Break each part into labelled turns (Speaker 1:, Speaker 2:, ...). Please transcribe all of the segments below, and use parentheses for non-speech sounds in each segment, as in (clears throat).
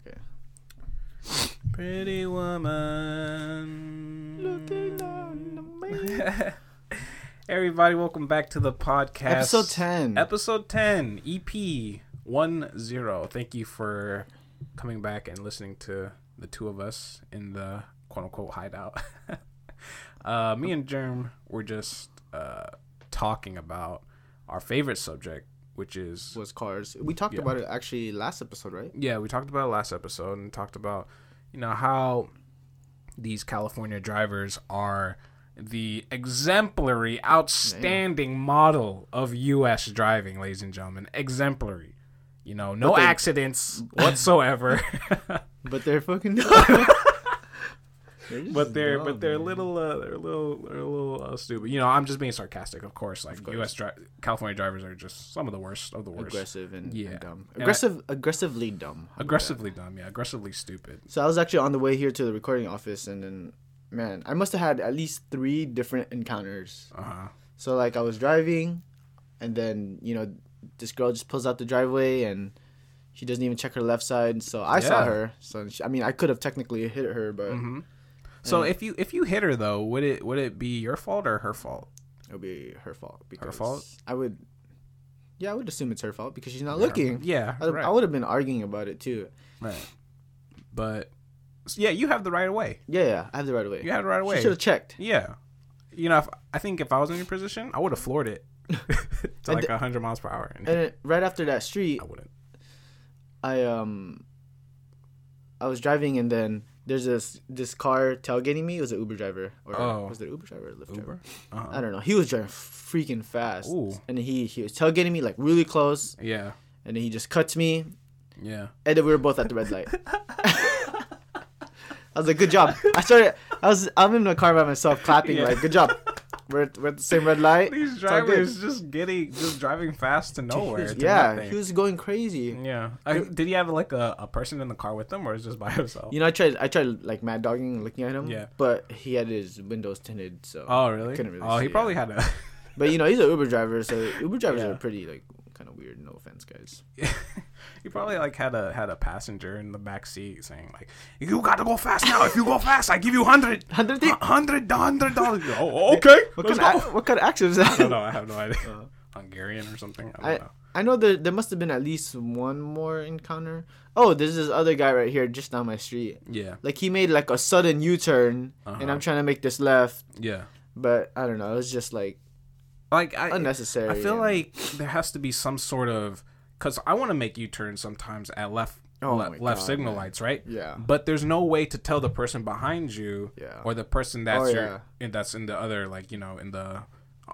Speaker 1: Okay.
Speaker 2: Pretty woman.
Speaker 1: Looking down
Speaker 2: (laughs) Everybody, welcome back to the podcast.
Speaker 1: Episode 10.
Speaker 2: Episode E 10, EP 10. Thank you for coming back and listening to the two of us in the quote unquote hideout. (laughs) uh, me and Germ were just uh, talking about our favorite subject, which is
Speaker 1: was cars. We talked
Speaker 2: Yeah.
Speaker 1: about it actually last episode, right?
Speaker 2: (laughs) yeah, we talked about it last episode and talked about, you know, how these California drivers are the exemplary, outstanding model of U.S. driving, ladies and gentlemen. Exemplary. You know, no
Speaker 1: they-
Speaker 2: accidents (laughs) whatsoever.
Speaker 1: But they're
Speaker 2: (laughs)
Speaker 1: fucking.
Speaker 2: but they're but they're a little uh, they're a little they're a little uh, stupid. You know, I'm just being sarcastic, of course. Like U.S. Dri- California drivers are just some of the worst of the worst.
Speaker 1: aggressive and, and
Speaker 2: Yeah.
Speaker 1: dumb.
Speaker 2: I-
Speaker 1: Aggressive, aggressively dumb.
Speaker 2: Aggressively dumb, yeah. Aggressively stupid.
Speaker 1: So I was actually on the way here to the recording office, and then man, I must have had at least three different encounters.
Speaker 2: Uh huh.
Speaker 1: So like I was driving, and then you know this girl just pulls out the driveway and she doesn't even check her left side. So I saw
Speaker 2: Yeah. Mm-hmm.
Speaker 1: her. So she, I mean I could have technically hit her, but
Speaker 2: So if you if you hit her though, would it would it be your fault or her fault?
Speaker 1: it would be her fault. Because
Speaker 2: fault?
Speaker 1: I would. Yeah, I would assume it's her fault because she's not looking.
Speaker 2: Yeah,
Speaker 1: I,
Speaker 2: right,
Speaker 1: I would have been arguing about it too.
Speaker 2: right. But so yeah, you have the right of way.
Speaker 1: Yeah, yeah, I have the right of way.
Speaker 2: You had the right of
Speaker 1: she
Speaker 2: way.
Speaker 1: should have checked.
Speaker 2: Yeah, you know, if, I think if I was in your position, I would have floored (laughs) it to like a hundred miles per hour, and
Speaker 1: And it, right after that street,
Speaker 2: I wouldn't.
Speaker 1: I um I was driving and then there's this this car tailgating me. It was an Uber driver. Or
Speaker 2: Oh.
Speaker 1: was it Uber driver or Lyft driver?
Speaker 2: Uber? Uh-huh.
Speaker 1: I don't know. He was driving freaking fast.
Speaker 2: Ooh.
Speaker 1: And he he was tailgating me like really close
Speaker 2: Yeah,
Speaker 1: and then he just cuts me
Speaker 2: yeah.
Speaker 1: and then we were both at the red light. I was like, good job. I started I was I'm in the car by myself clapping
Speaker 2: Yeah.
Speaker 1: like good job. We're at, we're at the same red light.
Speaker 2: These
Speaker 1: It's all good.
Speaker 2: drivers just getting just driving (laughs) fast to nowhere. to
Speaker 1: yeah,
Speaker 2: nothing.
Speaker 1: he was going crazy.
Speaker 2: yeah. I, did he have like a, a person in the car with him, or is just by himself?
Speaker 1: You know, I tried, I tried like mad dogging, and looking at him.
Speaker 2: Yeah.
Speaker 1: But he had his windows tinted, so.
Speaker 2: oh really?
Speaker 1: couldn't really
Speaker 2: oh, he
Speaker 1: see,
Speaker 2: probably had a.
Speaker 1: But you know, he's an Uber driver, so Uber drivers
Speaker 2: Yeah.
Speaker 1: are pretty like kind of weird. No offense, guys. (laughs)
Speaker 2: He probably like had a had a passenger in the back seat saying like, "You gotta go fast now. If you go fast, I give you hundred,
Speaker 1: Hundred thi-
Speaker 2: hundred, hundred (laughs) dollars." Oh, okay.
Speaker 1: What
Speaker 2: let's
Speaker 1: kind,
Speaker 2: go.
Speaker 1: of, ac- what kind of accent is
Speaker 2: (laughs) I don't
Speaker 1: that?
Speaker 2: know. I have no idea. (laughs) Hungarian or something. I
Speaker 1: I
Speaker 2: don't know.
Speaker 1: I know there there must have been at least one more encounter. Oh, there's this other guy right here, just down my street.
Speaker 2: Yeah,
Speaker 1: Like he made like a sudden U-turn, and
Speaker 2: Uh-huh.
Speaker 1: I'm trying to make this left,
Speaker 2: yeah.
Speaker 1: but I don't know. It was just like
Speaker 2: Like I,
Speaker 1: unnecessary.
Speaker 2: I feel
Speaker 1: and-
Speaker 2: like there has to be some sort of because I want to make U turns sometimes at left
Speaker 1: Oh
Speaker 2: le-
Speaker 1: my
Speaker 2: left
Speaker 1: God,
Speaker 2: signal
Speaker 1: man.
Speaker 2: lights, right?
Speaker 1: Yeah.
Speaker 2: But there's no way to tell the person behind you
Speaker 1: Yeah.
Speaker 2: or the person that's
Speaker 1: Oh,
Speaker 2: your,
Speaker 1: yeah.
Speaker 2: in, that's in the other like you know in the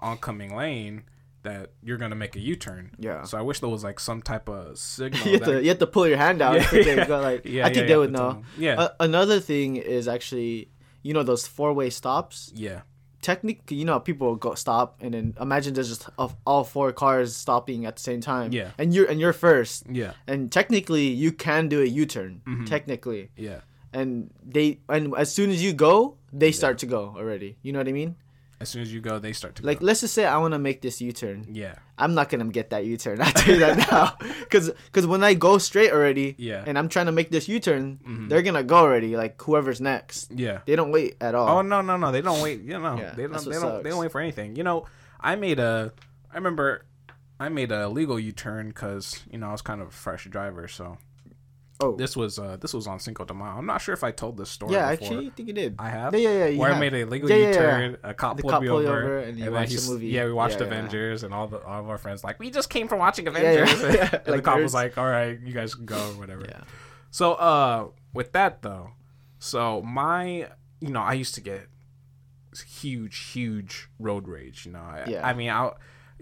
Speaker 2: oncoming lane that you're gonna make a U turn.
Speaker 1: Yeah.
Speaker 2: So I wish there was like some type
Speaker 1: (laughs)
Speaker 2: of
Speaker 1: (laughs)
Speaker 2: signal.
Speaker 1: you have
Speaker 2: that-
Speaker 1: to you have to pull your hand out. (laughs)
Speaker 2: Yeah,
Speaker 1: I think they
Speaker 2: (laughs) yeah.
Speaker 1: got, like,
Speaker 2: Yeah,
Speaker 1: I think
Speaker 2: yeah,
Speaker 1: they
Speaker 2: yeah,
Speaker 1: would
Speaker 2: the
Speaker 1: know.
Speaker 2: tunnel. Yeah.
Speaker 1: A- another thing is actually, you know, those four way stops.
Speaker 2: yeah.
Speaker 1: Technically, you know, people go stop and then imagine there's just of all four cars stopping at the same time.
Speaker 2: Yeah.
Speaker 1: And you're and you're first.
Speaker 2: Yeah.
Speaker 1: And technically, you can do a U turn.
Speaker 2: Mm-hmm.
Speaker 1: Technically,
Speaker 2: Yeah.
Speaker 1: and they and as soon as you go, they start to go already. You know what I mean?
Speaker 2: As soon as you go, they start to
Speaker 1: Like,
Speaker 2: go.
Speaker 1: let's just say I want to make this U turn.
Speaker 2: Yeah.
Speaker 1: I'm not gonna get that U-turn. (laughs) I tell you that
Speaker 2: (laughs)
Speaker 1: now, because when I go straight already,
Speaker 2: Yeah. Mm-hmm.
Speaker 1: and I'm trying to make this U-turn, they're gonna go already. Like whoever's next,
Speaker 2: Yeah.
Speaker 1: they don't wait at all.
Speaker 2: Oh no no no! They don't wait. You know
Speaker 1: Yeah,
Speaker 2: they don't
Speaker 1: that's
Speaker 2: they
Speaker 1: what
Speaker 2: don't
Speaker 1: sucks.
Speaker 2: they don't wait for anything. You know I made a I remember I made a legal U turn because you know I was kind of a fresh driver. So
Speaker 1: Oh.
Speaker 2: this was uh this was on Cinco de Mayo. I'm not sure if I told this story.
Speaker 1: yeah,
Speaker 2: before.
Speaker 1: actually, I think you did.
Speaker 2: I have.
Speaker 1: Yeah, yeah, yeah, you
Speaker 2: Where
Speaker 1: have.
Speaker 2: I made a legal
Speaker 1: Yeah, yeah, yeah.
Speaker 2: U-turn. A cop
Speaker 1: The
Speaker 2: pulled
Speaker 1: cop
Speaker 2: me
Speaker 1: pulled you
Speaker 2: over,
Speaker 1: over and you watched the
Speaker 2: he's-
Speaker 1: movie.
Speaker 2: Yeah, we watched
Speaker 1: Yeah, yeah.
Speaker 2: Avengers, and all the all of our friends like we just came from
Speaker 1: (laughs)
Speaker 2: watching
Speaker 1: yeah.
Speaker 2: Avengers.
Speaker 1: Yeah,
Speaker 2: and the
Speaker 1: like
Speaker 2: cop
Speaker 1: nerds.
Speaker 2: was like, "All right, you guys can go or whatever."
Speaker 1: Yeah.
Speaker 2: So, uh, with that though, so my, you know, I used to get huge, huge road rage. You know, I,
Speaker 1: Yeah.
Speaker 2: I mean, I,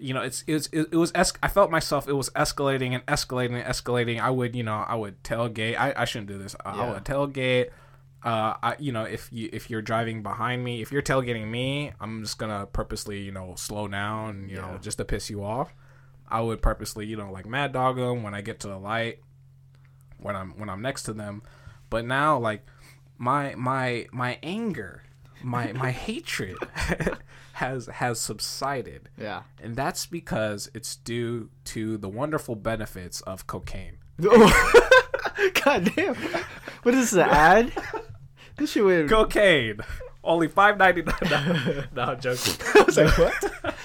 Speaker 2: you know, it's it's it, it was es- I felt myself it was escalating and escalating and escalating. I would you know I would tailgate. I, I shouldn't do this. I, I
Speaker 1: Yeah.
Speaker 2: would tailgate. Uh, I you know if you if you're driving behind me, if you're tailgating me, I'm just gonna purposely you know slow down. You know
Speaker 1: Yeah.
Speaker 2: just to piss you off. I would purposely you know like mad dog them when I get to the light when I'm when I'm next to them. But now like my my my anger my
Speaker 1: (laughs)
Speaker 2: my hatred (laughs) has has subsided,
Speaker 1: Yeah. (laughs)
Speaker 2: and that's because it's due to the wonderful benefits of cocaine.
Speaker 1: God damn. What is this, an ad? This shit weird.
Speaker 2: Cocaine, only five ninety nine. (laughs) No, no,
Speaker 1: (laughs)
Speaker 2: I'm joking.
Speaker 1: (laughs) I was like,
Speaker 2: (laughs)
Speaker 1: what?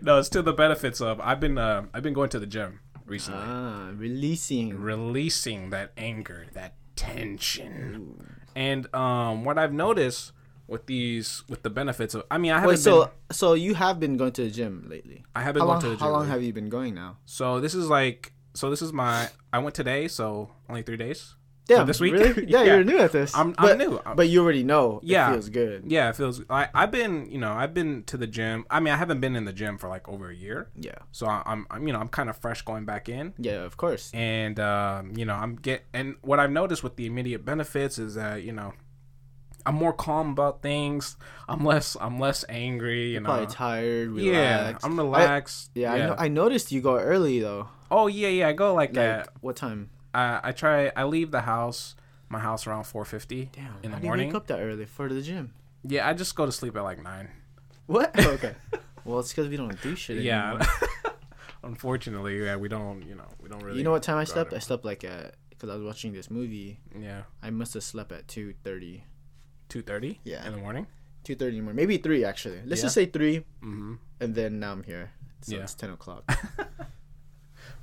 Speaker 2: No, it's to the benefits of. I've been uh, I've been going to the gym recently,
Speaker 1: Ah, releasing.
Speaker 2: releasing that anger, that tension, and um, what I've noticed with these with the benefits of. I mean, I haven't
Speaker 1: Wait,
Speaker 2: been.
Speaker 1: so so you have been going to the gym lately?
Speaker 2: I have been
Speaker 1: how
Speaker 2: going
Speaker 1: long,
Speaker 2: to the gym.
Speaker 1: How long
Speaker 2: lately.
Speaker 1: have you been going now?
Speaker 2: So this is like so this is my I went today, so only three days.
Speaker 1: Yeah,
Speaker 2: this week? (laughs)
Speaker 1: Really? Yeah,
Speaker 2: Yeah.
Speaker 1: you're new at this.
Speaker 2: I'm-
Speaker 1: but,
Speaker 2: I'm new. I'm-
Speaker 1: But you already know.
Speaker 2: Yeah.
Speaker 1: It feels good.
Speaker 2: Yeah, it feels I I've been you know I've been to the gym. I mean I haven't been in the gym for like over a year,
Speaker 1: Yeah.
Speaker 2: so I, I'm I'm you know I'm kind of fresh going back in,
Speaker 1: Yeah, of course.
Speaker 2: and um, you know I'm get and what I've noticed with the immediate benefits is that you know. I'm more calm about things. I'm less. I'm less angry. You know.
Speaker 1: Probably tired,
Speaker 2: uh, Yeah,
Speaker 1: relaxed.
Speaker 2: I'm relaxed.
Speaker 1: yeah, I, know, I noticed you go early though.
Speaker 2: oh yeah, yeah. I go like,
Speaker 1: Like,
Speaker 2: that.
Speaker 1: what time?
Speaker 2: I, I try. I leave the house, my house around 4:50
Speaker 1: Damn,
Speaker 2: in
Speaker 1: how
Speaker 2: the
Speaker 1: do you
Speaker 2: morning.
Speaker 1: wake up that early for the gym?
Speaker 2: Yeah, I just go to sleep at like nine.
Speaker 1: (laughs) What?
Speaker 2: (laughs)
Speaker 1: okay. Well, it's because we don't do shit anymore.
Speaker 2: Yeah. (laughs) Unfortunately, yeah, we don't. You know, we don't really.
Speaker 1: You know what time I
Speaker 2: go
Speaker 1: slept?
Speaker 2: out
Speaker 1: I slept like at because I was watching this movie.
Speaker 2: and- Yeah,
Speaker 1: I must have slept at two thirty.
Speaker 2: two thirty.
Speaker 1: Yeah.
Speaker 2: In the morning.
Speaker 1: Two thirty in the morning, maybe three actually. Let's
Speaker 2: Yeah.
Speaker 1: just say three,
Speaker 2: Mm-hmm.
Speaker 1: and then now I'm here. So
Speaker 2: Yeah.
Speaker 1: it's ten
Speaker 2: (laughs)
Speaker 1: o'clock.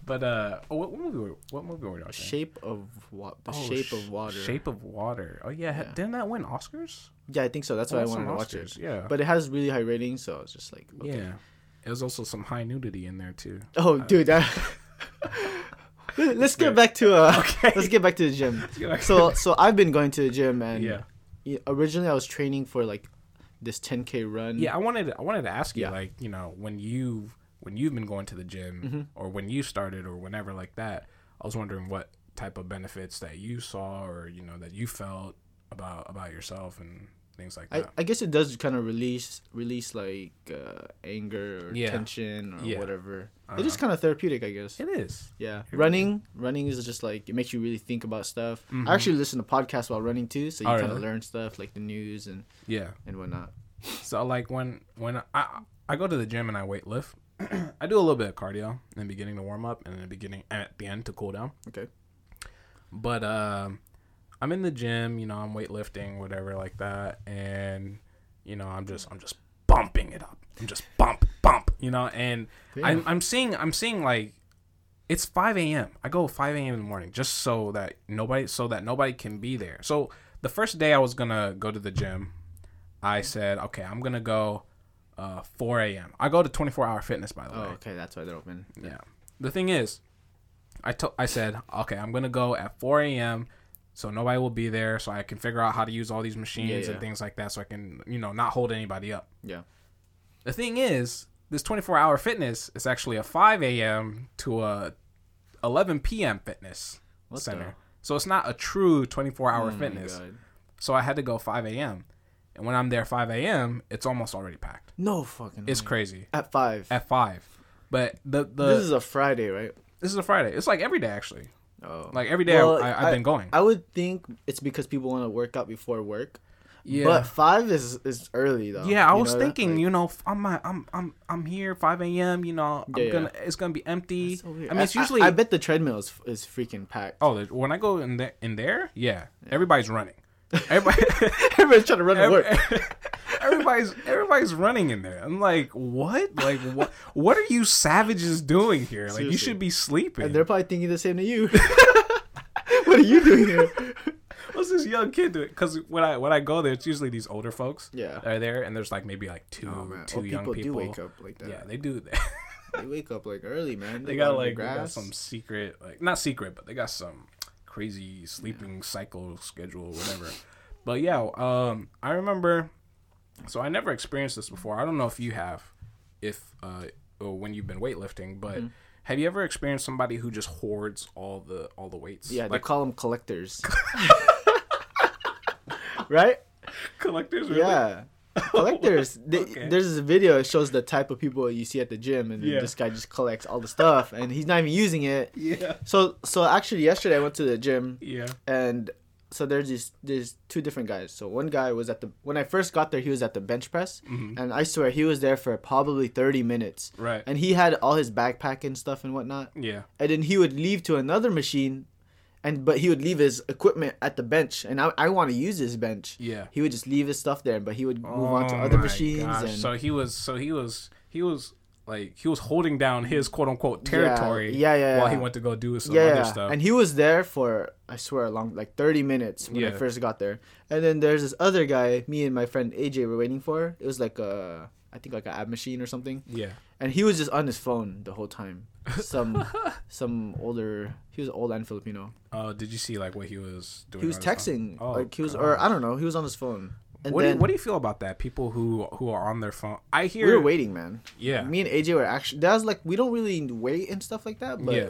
Speaker 2: But uh, oh, what, what movie? Were, what movie were we watching?
Speaker 1: shape of what? The
Speaker 2: Oh,
Speaker 1: shape
Speaker 2: Sh-
Speaker 1: of water.
Speaker 2: Shape of water. Oh yeah, ha-
Speaker 1: Yeah.
Speaker 2: didn't that win Oscars?
Speaker 1: Yeah, I think so. That's why I
Speaker 2: Won some
Speaker 1: wanted to watch it.
Speaker 2: Oscars, Yeah.
Speaker 1: But it has really high ratings, so I was just like, okay.
Speaker 2: Yeah. Uh, It was also some high nudity in there too.
Speaker 1: Oh, dude,
Speaker 2: (laughs)
Speaker 1: that. (laughs) let's get back to uh.
Speaker 2: Okay.
Speaker 1: Let's get back to the gym.
Speaker 2: get back-
Speaker 1: So so I've been going to the gym and
Speaker 2: Yeah.
Speaker 1: y- originally I was training for like this 10k run.
Speaker 2: Yeah, I wanted I wanted to ask you
Speaker 1: Yeah.
Speaker 2: like you know when you when you've been going to the gym or when you started or whenever like that. I was wondering what type of benefits that you saw or you know that you felt about about yourself and things like
Speaker 1: I,
Speaker 2: that.
Speaker 1: I guess it does kind of release release like uh, anger or
Speaker 2: Yeah.
Speaker 1: tension or
Speaker 2: Yeah. Uh-huh.
Speaker 1: whatever. It's just kind of therapeutic, I guess.
Speaker 2: it is.
Speaker 1: Yeah,
Speaker 2: It
Speaker 1: running running is just like it makes you really think about stuff. I actually listen to podcasts while running too, so you
Speaker 2: Mm-hmm. Oh,
Speaker 1: kind of
Speaker 2: really?
Speaker 1: learn stuff like the news and
Speaker 2: Yeah.
Speaker 1: and whatnot.
Speaker 2: So like when when I I go to the gym and I weight lift, (clears throat) I do a little bit of cardio in the beginning to warm up and in the beginning at the end to cool down.
Speaker 1: Okay.
Speaker 2: But um, I'm in the gym, you know, I'm weightlifting, whatever, like that, and you know, I'm just, I'm just bumping it up. I'm just bump, bump, you know, and I'm, I'm seeing, I'm seeing like, it's 5 a.m. I go 5 a.m. in the morning just so that nobody, so that nobody can be there. So the first day I was gonna go to the gym, I said, okay, I'm gonna go, uh, 4 a.m. I go to 24 Hour Fitness, by the
Speaker 1: Oh,
Speaker 2: way.
Speaker 1: okay, that's why they're open.
Speaker 2: Yeah. The thing is, I to- I said, okay, I'm gonna go at 4 a.m. so nobody will be there, so I can figure out how to use all these machines
Speaker 1: Yeah, yeah.
Speaker 2: and things like that, so I can you know not hold anybody up.
Speaker 1: Yeah. Oh
Speaker 2: The thing is, this 24 hour fitness is actually a 5 a.m. to a 11 p.m. fitness
Speaker 1: What
Speaker 2: center.
Speaker 1: the-
Speaker 2: So it's not a true 24 hour
Speaker 1: Oh my
Speaker 2: fitness.
Speaker 1: God.
Speaker 2: So I had to go 5 a.m. And when I'm there 5 a.m., it's almost already packed.
Speaker 1: No fucking.
Speaker 2: It's
Speaker 1: way.
Speaker 2: crazy.
Speaker 1: at five.
Speaker 2: At 5. But the, the
Speaker 1: Hmm. this is a Friday, right?
Speaker 2: this is a Friday. It's like every day actually.
Speaker 1: Oh.
Speaker 2: Like every day
Speaker 1: Well,
Speaker 2: I, I've been going.
Speaker 1: I would think it's because people want to work out before work.
Speaker 2: yeah.
Speaker 1: But five is is early though.
Speaker 2: yeah, I
Speaker 1: You
Speaker 2: was
Speaker 1: know that?
Speaker 2: thinking,
Speaker 1: Like,
Speaker 2: you know, f- I'm at- I'm I'm I'm here 5 a.m. You know, I'm
Speaker 1: Yeah, yeah.
Speaker 2: gonna it's gonna be empty.
Speaker 1: so weird.
Speaker 2: I mean, it's usually
Speaker 1: I, bet the treadmill is, is freaking packed. (laughs)
Speaker 2: oh the- when I go in there in there, yeah, everybody's running. Everybody,
Speaker 1: Everyone's trying to run to work.
Speaker 2: (laughs) everybody's everybody's running in there. I'm like, what? Like what? What are you savages doing here? Like you
Speaker 1: Seriously.
Speaker 2: should be sleeping.
Speaker 1: They're probably thinking the same to you. (laughs) what are you doing
Speaker 2: (laughs)
Speaker 1: here?
Speaker 2: What's this young kid doing? Because when I when I go there, it's usually these older folks.
Speaker 1: Yeah.
Speaker 2: that are there and there's like maybe like two two
Speaker 1: Oh,
Speaker 2: young
Speaker 1: people,
Speaker 2: people.
Speaker 1: do wake up like that.
Speaker 2: Yeah, they do.
Speaker 1: They wake up like early, man.
Speaker 2: they
Speaker 1: go out
Speaker 2: got
Speaker 1: in the
Speaker 2: like they got some secret like not secret but they got some crazy sleeping cycle schedule or whatever but yeah um i remember so i never experienced this before i don't know if you have if uh or when you've been weightlifting but
Speaker 1: Mm-hmm.
Speaker 2: have you ever experienced somebody who just hoards all the all the weights
Speaker 1: Yeah, they
Speaker 2: like
Speaker 1: call them collectors. right?
Speaker 2: (laughs) collectors really? (laughs)
Speaker 1: Yeah. Collectors. They,
Speaker 2: Okay.
Speaker 1: There's this video. It shows the type of people you see at the gym, and then
Speaker 2: Yeah.
Speaker 1: this guy just collects all the stuff, and he's not even using it.
Speaker 2: yeah
Speaker 1: So, so actually, yesterday I went to the gym,
Speaker 2: yeah
Speaker 1: and so there's these there's two different guys. So one guy was at the when I first got there, he was at the bench press, and I swear he was there for probably thirty minutes.
Speaker 2: Mm-hmm. Right.
Speaker 1: And he had all his backpack and stuff and whatnot.
Speaker 2: yeah.
Speaker 1: And then he would leave to another machine, and but he would leave his equipment at the bench, and I I want to use his bench.
Speaker 2: Yeah. Oh
Speaker 1: He would just leave his stuff there, but he would move on to other
Speaker 2: my
Speaker 1: machines.
Speaker 2: gosh.
Speaker 1: And,
Speaker 2: So he was. So he was. He was like he was holding down his quote unquote territory.
Speaker 1: Yeah, yeah,
Speaker 2: While
Speaker 1: yeah.
Speaker 2: he went to go do some
Speaker 1: yeah,
Speaker 2: other
Speaker 1: yeah.
Speaker 2: stuff.
Speaker 1: and he was there for I swear a long like 30 minutes when I
Speaker 2: Yeah.
Speaker 1: first got there. And then there's this other guy me and my friend AJ were waiting for. It was like a I think like an ad machine or something.
Speaker 2: yeah.
Speaker 1: And he was just on his phone the whole
Speaker 2: (laughs)
Speaker 1: time. Some some older he was old and Filipino.
Speaker 2: Oh, did you see like what he was doing?
Speaker 1: He was
Speaker 2: on his phone?
Speaker 1: texting.
Speaker 2: Oh,
Speaker 1: like he was or
Speaker 2: gosh.
Speaker 1: I don't know, he was on his phone. And
Speaker 2: What do, you,
Speaker 1: then
Speaker 2: what do you feel about that? People who who are on their phone. I hear.
Speaker 1: we were waiting, man.
Speaker 2: Yeah.
Speaker 1: Me and AJ were actually that was like we don't really wait and stuff like that, but
Speaker 2: Yeah.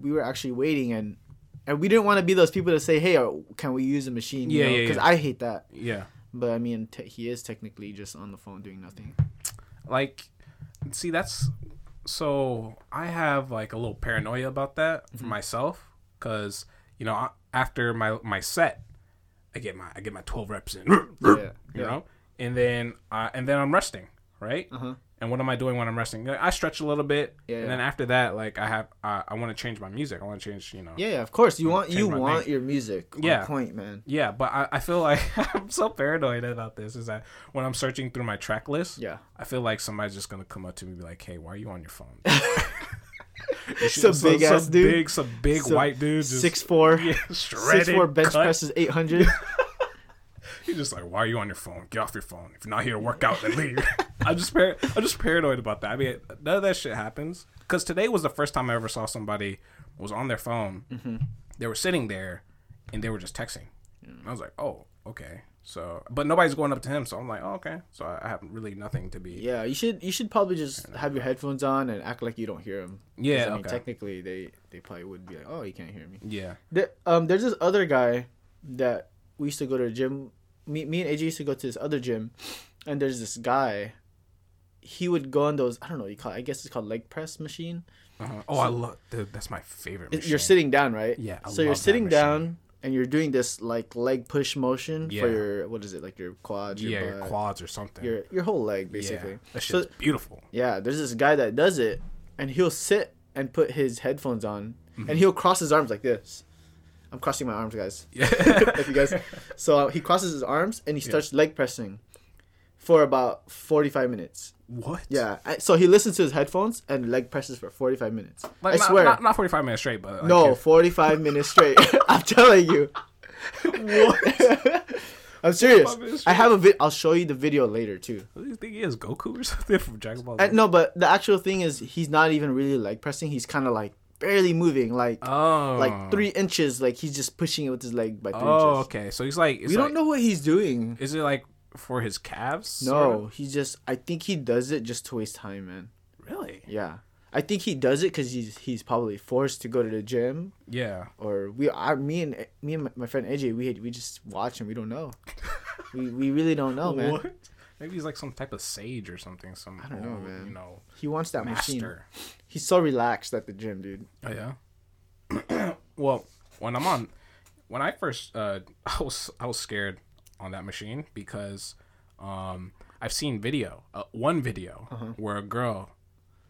Speaker 1: we were actually waiting and and we didn't want to be those people to say, "Hey, uh, can we use a machine?"
Speaker 2: Yeah, yeah,
Speaker 1: Because
Speaker 2: yeah.
Speaker 1: I hate that.
Speaker 2: Yeah.
Speaker 1: But I mean, te- he is technically just on the phone doing
Speaker 2: (clears throat)
Speaker 1: nothing.
Speaker 2: like see that's so i have like a little paranoia about that
Speaker 1: Mm-hmm.
Speaker 2: for myself because you know I- after my my set i get my i get my 12 reps in you
Speaker 1: Yeah.
Speaker 2: know and then uh, and then i'm resting right
Speaker 1: Uh-huh.
Speaker 2: and what am i doing when i'm resting i stretch a little bit
Speaker 1: Yeah,
Speaker 2: and
Speaker 1: yeah.
Speaker 2: then after that like i have i, I want to change my music i want to change you know
Speaker 1: Yeah, yeah, of course. You want
Speaker 2: change
Speaker 1: you
Speaker 2: my
Speaker 1: want your music. on
Speaker 2: Yeah.
Speaker 1: point, man.
Speaker 2: Yeah, but I, I feel like (laughs) I'm so paranoid about this is that when I'm searching through my track list,
Speaker 1: Yeah.
Speaker 2: I feel like somebody's just gonna come up to me and be like, Hey, why are you on your
Speaker 1: (laughs)
Speaker 2: phone? You
Speaker 1: (laughs) Some
Speaker 2: should- so-
Speaker 1: big-ass
Speaker 2: some
Speaker 1: dude.
Speaker 2: Big, some big
Speaker 1: Some
Speaker 2: white dude just
Speaker 1: six four,
Speaker 2: yeah, (laughs)
Speaker 1: (laughs)
Speaker 2: shredded,
Speaker 1: six four bench
Speaker 2: cut.
Speaker 1: presses eight hundred.
Speaker 2: (laughs) He's just like, Why are you on your phone? Get off your phone. If you're not here to work (laughs) out, then leave. I'm just par- I'm just paranoid about that. I mean none of that shit happens. Cause today was the first time I ever saw somebody was on their phone.
Speaker 1: Mm-hmm.
Speaker 2: They were sitting there and they were just texting. And I was like, Oh, okay. So but nobody's going up to him, so I'm like, Oh, okay. So I I have really nothing to be
Speaker 1: yeah, you should you should probably just have your headphones on and act like you don't hear him.
Speaker 2: Yeah,
Speaker 1: I mean,
Speaker 2: okay.
Speaker 1: technically they they probably would be like, oh, you can't hear me.
Speaker 2: Yeah.
Speaker 1: There, um, there's this other guy that we used to go to the gym. Me, me and AJ used to go to this other gym, and there's this guy. He would go on those. I don't know. what You call. It, I guess it's called leg press machine.
Speaker 2: Uh-huh. Oh, I love dude, that's my favorite
Speaker 1: It-
Speaker 2: machine.
Speaker 1: You're sitting down, right?
Speaker 2: Yeah, I
Speaker 1: so you're
Speaker 2: love that
Speaker 1: sitting
Speaker 2: machine.
Speaker 1: down and you're doing this like leg push motion
Speaker 2: Yeah.
Speaker 1: for your what is it like your quad, your
Speaker 2: yeah, your
Speaker 1: butt,
Speaker 2: quads or something.
Speaker 1: your your whole leg
Speaker 2: yeah.
Speaker 1: basically.
Speaker 2: That
Speaker 1: so
Speaker 2: shit's beautiful.
Speaker 1: yeah, there's this guy that does it, and he'll sit and put his headphones on, and he'll cross his arms like this. I'm crossing my arms, guys. (laughs) if you guys, so uh, he crosses his arms and he starts leg pressing for about 45 minutes.
Speaker 2: What?
Speaker 1: Yeah, I- so he listens to his headphones and leg presses for 45 minutes.
Speaker 2: Like,
Speaker 1: I
Speaker 2: not,
Speaker 1: swear,
Speaker 2: Not, not 45 minutes straight, but. Like
Speaker 1: no,
Speaker 2: if-
Speaker 1: 45 minutes straight. (laughs) I'm telling you. (laughs) I'm serious.
Speaker 2: Five minutes
Speaker 1: I have a vid. I'll show you the video later too.
Speaker 2: What do you think he is? Goku or (laughs) something from Dragon Ball? Z?
Speaker 1: And, no, but the actual thing is, he's not even really leg pressing. He's kind of like barely moving, like
Speaker 2: oh.
Speaker 1: like three inches. Like he's just pushing it with his leg by three
Speaker 2: Oh,
Speaker 1: inches.
Speaker 2: okay. So he's like. It's
Speaker 1: We
Speaker 2: like,
Speaker 1: don't know what he's doing.
Speaker 2: Is it like for his calves?
Speaker 1: No, he just. I think he does it just to waste time, man.
Speaker 2: sort of? Really?
Speaker 1: Yeah, I think he does it because he's he's probably forced to go to the gym.
Speaker 2: Yeah.
Speaker 1: Or we, I, me and me and my- my friend AJ, we we just watch and we don't
Speaker 2: (laughs)
Speaker 1: know. we we really don't know, man.
Speaker 2: What? Maybe he's like some type of sage or something. Some
Speaker 1: don't know,
Speaker 2: old,
Speaker 1: man.
Speaker 2: You know,
Speaker 1: He wants that machine.
Speaker 2: master.
Speaker 1: He's so relaxed at the gym, dude.
Speaker 2: Oh yeah. (clears throat) well, when I'm on, when I first, uh, (laughs) I was I was scared on that machine because, um, I've seen video, uh, one video
Speaker 1: Uh-huh.
Speaker 2: where a girl,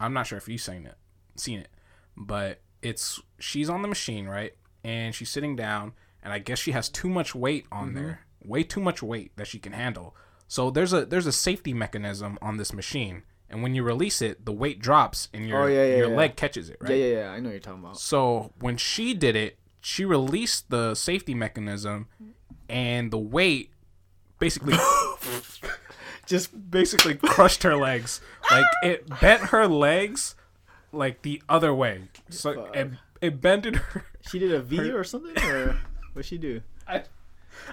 Speaker 2: I'm not sure if you've seen it, seen it, but it's she's on the machine right, and she's sitting down, and I guess she has too much weight
Speaker 1: Mm-hmm.
Speaker 2: on there, way too much weight that she can handle. So there's a there's a safety mechanism on this machine, and when you release it, the weight drops and your
Speaker 1: Oh, yeah, yeah,
Speaker 2: your
Speaker 1: yeah.
Speaker 2: leg catches it, right?
Speaker 1: Yeah, yeah, yeah. I know what you're talking about.
Speaker 2: So when she did it, she released the safety mechanism, and the weight
Speaker 1: (laughs)
Speaker 2: basically
Speaker 1: Just
Speaker 2: basically crushed her legs. Like it bent her legs like the other way. So it it bended her. (laughs)
Speaker 1: She did a V or something, or what'd she do?
Speaker 2: I,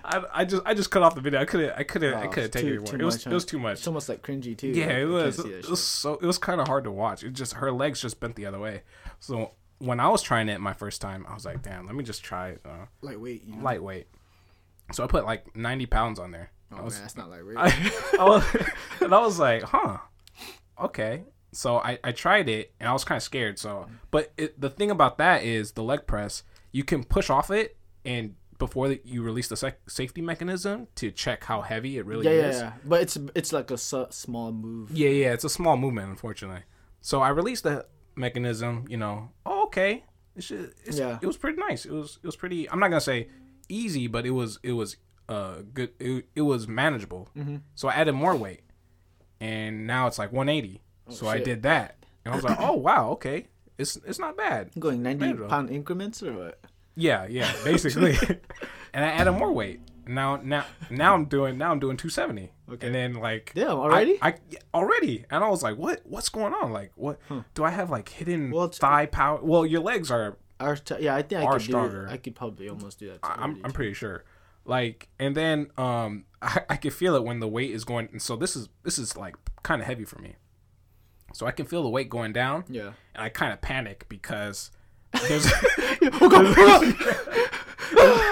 Speaker 2: I, I just I just cut off the video. I couldn't I couldn't I
Speaker 1: Oh,
Speaker 2: couldn't take
Speaker 1: too-
Speaker 2: it anymore.
Speaker 1: too
Speaker 2: it was
Speaker 1: much,
Speaker 2: it was
Speaker 1: huh?
Speaker 2: too much.
Speaker 1: It's almost like cringy too.
Speaker 2: Yeah, it
Speaker 1: Like, I
Speaker 2: was.
Speaker 1: can't see that
Speaker 2: It
Speaker 1: shit.
Speaker 2: was so. It was kind of hard to watch. It just her legs just bent the other way. So when I was trying it my first time, I was like, "Damn, let me just try it." Uh,
Speaker 1: Like wait, you know,
Speaker 2: lightweight. So I put like 90 pounds on there. I
Speaker 1: oh,
Speaker 2: was,
Speaker 1: man, that's not like wait.
Speaker 2: (laughs) I was, (laughs) and I was like, huh, okay. So I, I tried it and I was kind of
Speaker 1: Mm.
Speaker 2: scared. So, but it, the thing about that is the leg press, you can push off it and before that you release the sec- safety mechanism to check how heavy it really
Speaker 1: yeah, yeah,
Speaker 2: is.
Speaker 1: yeah. But it's it's like a su- small move.
Speaker 2: Yeah, yeah, it's a small movement, unfortunately. So I released the mechanism, you know. Oh, okay. It's ju- it's,
Speaker 1: Yeah.
Speaker 2: It was pretty nice. It was it was pretty. I'm not gonna say easy, but it was it was uh good. It, it was manageable.
Speaker 1: Mm-hmm.
Speaker 2: So I added more weight, and now it's like 180. so I
Speaker 1: Oh, shit.
Speaker 2: did that, and I was
Speaker 1: (coughs)
Speaker 2: like, oh wow, okay. It's it's not bad.
Speaker 1: I'm going 90
Speaker 2: Pedro.
Speaker 1: pound increments or what?
Speaker 2: Yeah,
Speaker 1: (laughs)
Speaker 2: yeah, basically. (laughs) and I added more weight. Now, now, now I'm doing now I'm doing 270. Okay. And then like
Speaker 1: Damn, already?
Speaker 2: I, I yeah, already, and I was like, what? What's going on? Like, what? Do I have like hidden
Speaker 1: Hmm. Well, it's-
Speaker 2: thigh power? Well, your legs are.
Speaker 1: Our t- yeah, I think I
Speaker 2: Or
Speaker 1: could
Speaker 2: stronger.
Speaker 1: do it. I could probably almost do that.
Speaker 2: I- I'm
Speaker 1: already.
Speaker 2: I'm pretty sure. Like, and then um, (laughs) I, I can feel it when the weight is going. And so this is this is like kind of heavy for me. So I can feel the weight going down, (laughs)
Speaker 1: yeah.
Speaker 2: and I kind of panic because there's.
Speaker 1: Oh god,
Speaker 2: (laughs)
Speaker 1: oh god.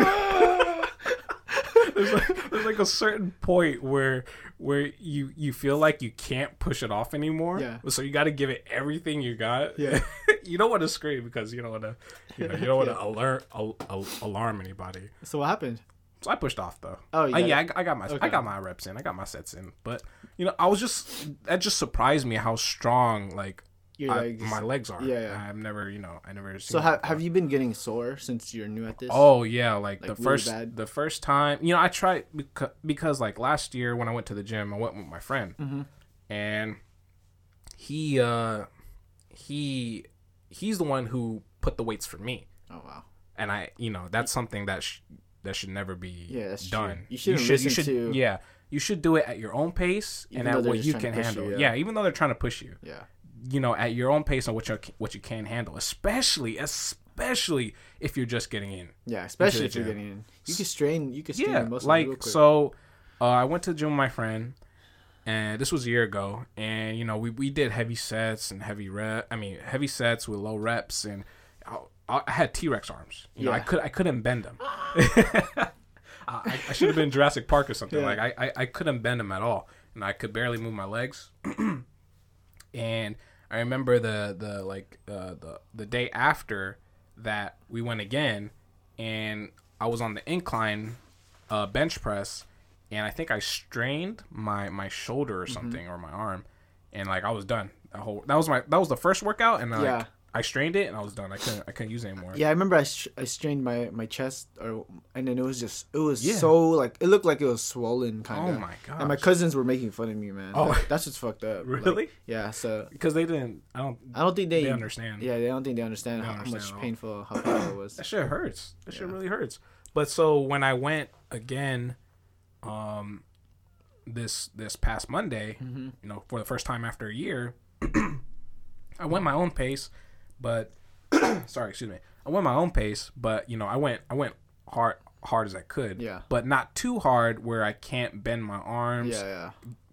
Speaker 2: there's like there's like a certain point where where you you feel like you can't push it off anymore.
Speaker 1: Yeah.
Speaker 2: So you got to give it everything you got.
Speaker 1: Yeah.
Speaker 2: (laughs) you don't want to scream because you don't want to you, know, you don't
Speaker 1: (laughs)
Speaker 2: want to alert al- al- alarm anybody.
Speaker 1: So what happened?
Speaker 2: So I pushed off though.
Speaker 1: Oh, you
Speaker 2: Uh,
Speaker 1: got
Speaker 2: yeah. I, I got my I
Speaker 1: Okay.
Speaker 2: got my reps in. I got my sets in. But you know I was just that just surprised me how strong like.
Speaker 1: Your
Speaker 2: I-
Speaker 1: legs.
Speaker 2: my legs are.
Speaker 1: Yeah, yeah.
Speaker 2: I've never, you know, I never.
Speaker 1: So
Speaker 2: seen
Speaker 1: ha-
Speaker 2: that
Speaker 1: have you been getting sore since you're new at this?
Speaker 2: Oh yeah, like, the
Speaker 1: really
Speaker 2: first
Speaker 1: bad?
Speaker 2: the first time, you know, I tried because, because like last year when I went to the gym, I went with my friend,
Speaker 1: Mm-hmm.
Speaker 2: and he uh he he's the one who put the weights for me,
Speaker 1: Oh wow.
Speaker 2: and I you know that's something that sh- that should never be
Speaker 1: Yeah, that's true.
Speaker 2: done.
Speaker 1: You shouldn't listen to-
Speaker 2: yeah you should do it at your own pace
Speaker 1: Even
Speaker 2: and
Speaker 1: though
Speaker 2: at
Speaker 1: they're
Speaker 2: what
Speaker 1: just
Speaker 2: you
Speaker 1: trying to
Speaker 2: can
Speaker 1: push
Speaker 2: handle.
Speaker 1: you,
Speaker 2: yeah.
Speaker 1: yeah.
Speaker 2: even though they're trying to push you,
Speaker 1: Yeah.
Speaker 2: you know at your own pace and what you what you can handle, especially especially if you're just getting in.
Speaker 1: Yeah, especially if
Speaker 2: the
Speaker 1: you're
Speaker 2: gym.
Speaker 1: getting in. You can strain. You can strain
Speaker 2: Yeah,
Speaker 1: your muscles real
Speaker 2: like
Speaker 1: quick.
Speaker 2: so, uh, I went to the gym with my friend, and this was a year ago, and you know we, we did heavy sets and heavy rep. I mean heavy sets with low reps, and I, I had T Rex arms. You know I
Speaker 1: Yeah.
Speaker 2: could I couldn't bend them. I, I should have been Jurassic Park or something.
Speaker 1: Yeah.
Speaker 2: Like I, I I couldn't bend them at all, and I could barely move my legs. (clears throat) and I remember the the like uh, the the day after that we went again, and I was on the incline uh, bench press, and I think I strained my my shoulder
Speaker 1: Mm-hmm.
Speaker 2: or something or my arm, and like I was done. That whole that was my that was the first workout, and like,
Speaker 1: Yeah.
Speaker 2: I strained it and I was done. I couldn't I couldn't use it anymore.
Speaker 1: Yeah, I remember I, sh- I strained my my chest or and then it was just it was
Speaker 2: Yeah.
Speaker 1: so like it looked like it was swollen kind of.
Speaker 2: Oh my
Speaker 1: And my
Speaker 2: god!
Speaker 1: cousins were making fun of me, man.
Speaker 2: Oh.
Speaker 1: That- that's what's fucked
Speaker 2: (laughs)
Speaker 1: up. Like,
Speaker 2: Really?
Speaker 1: yeah. So
Speaker 2: Because they didn't. I don't.
Speaker 1: I don't think they,
Speaker 2: They understand.
Speaker 1: Yeah, they don't think they understand
Speaker 2: They
Speaker 1: how
Speaker 2: understand at all.
Speaker 1: much
Speaker 2: (coughs)
Speaker 1: painful how painful it was.
Speaker 2: That shit hurts. That shit really hurts. But so when I went again, um, this this past Monday, you know, for the first time after a year, (clears throat) I went my own pace, but (clears throat) sorry, excuse me. I went my own pace, but you know, I went I went hard hard as I could.
Speaker 1: Yeah.
Speaker 2: But not too hard where I can't bend my arms
Speaker 1: Yeah, yeah.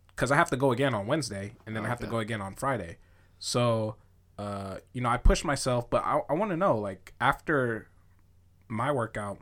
Speaker 2: because I have to go again on Wednesday, and then I have to
Speaker 1: Okay.
Speaker 2: go again on Friday. So, uh, you know, I pushed myself, but I, I want to know, like, after my workout,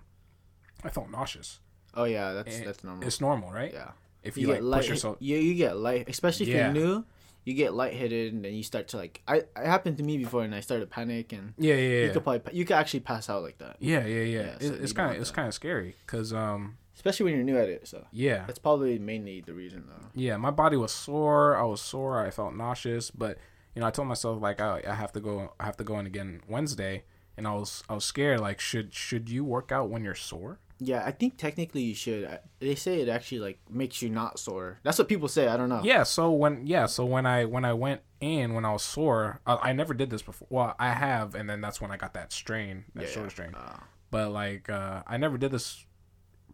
Speaker 2: I felt nauseous.
Speaker 1: Oh yeah, that's
Speaker 2: And
Speaker 1: that's normal.
Speaker 2: It's normal, right?
Speaker 1: Yeah.
Speaker 2: If
Speaker 1: You,
Speaker 2: you,
Speaker 1: get
Speaker 2: like
Speaker 1: light.
Speaker 2: push yourself,
Speaker 1: You you get light, especially if you're
Speaker 2: Yeah.
Speaker 1: new. You get lightheaded and then you start to like. I it happened to me before, and I started to panic and.
Speaker 2: yeah, yeah,
Speaker 1: You
Speaker 2: yeah.
Speaker 1: could probably pa- you could actually pass out like that,
Speaker 2: Yeah, yeah,
Speaker 1: Yeah,
Speaker 2: yeah. It-
Speaker 1: so you
Speaker 2: it's
Speaker 1: don't
Speaker 2: kind
Speaker 1: want
Speaker 2: of it's
Speaker 1: that.
Speaker 2: kind of scary because um
Speaker 1: especially when you're new at it. So
Speaker 2: yeah
Speaker 1: that's probably mainly the reason, though.
Speaker 2: yeah my body was sore I was sore I felt nauseous but you know I told myself like I, I have to go I have to go in again Wednesday and I was I was scared like should should you work out when you're sore
Speaker 1: Yeah, I think technically you should. I- They say it actually like makes you not sore. That's what people say. I don't know.
Speaker 2: yeah so when yeah so when i when i went in when i was sore i, I never did this before well i have and then that's when i got that strain that
Speaker 1: Yeah,
Speaker 2: shoulder
Speaker 1: yeah.
Speaker 2: strain
Speaker 1: Ah.
Speaker 2: but like uh i never did this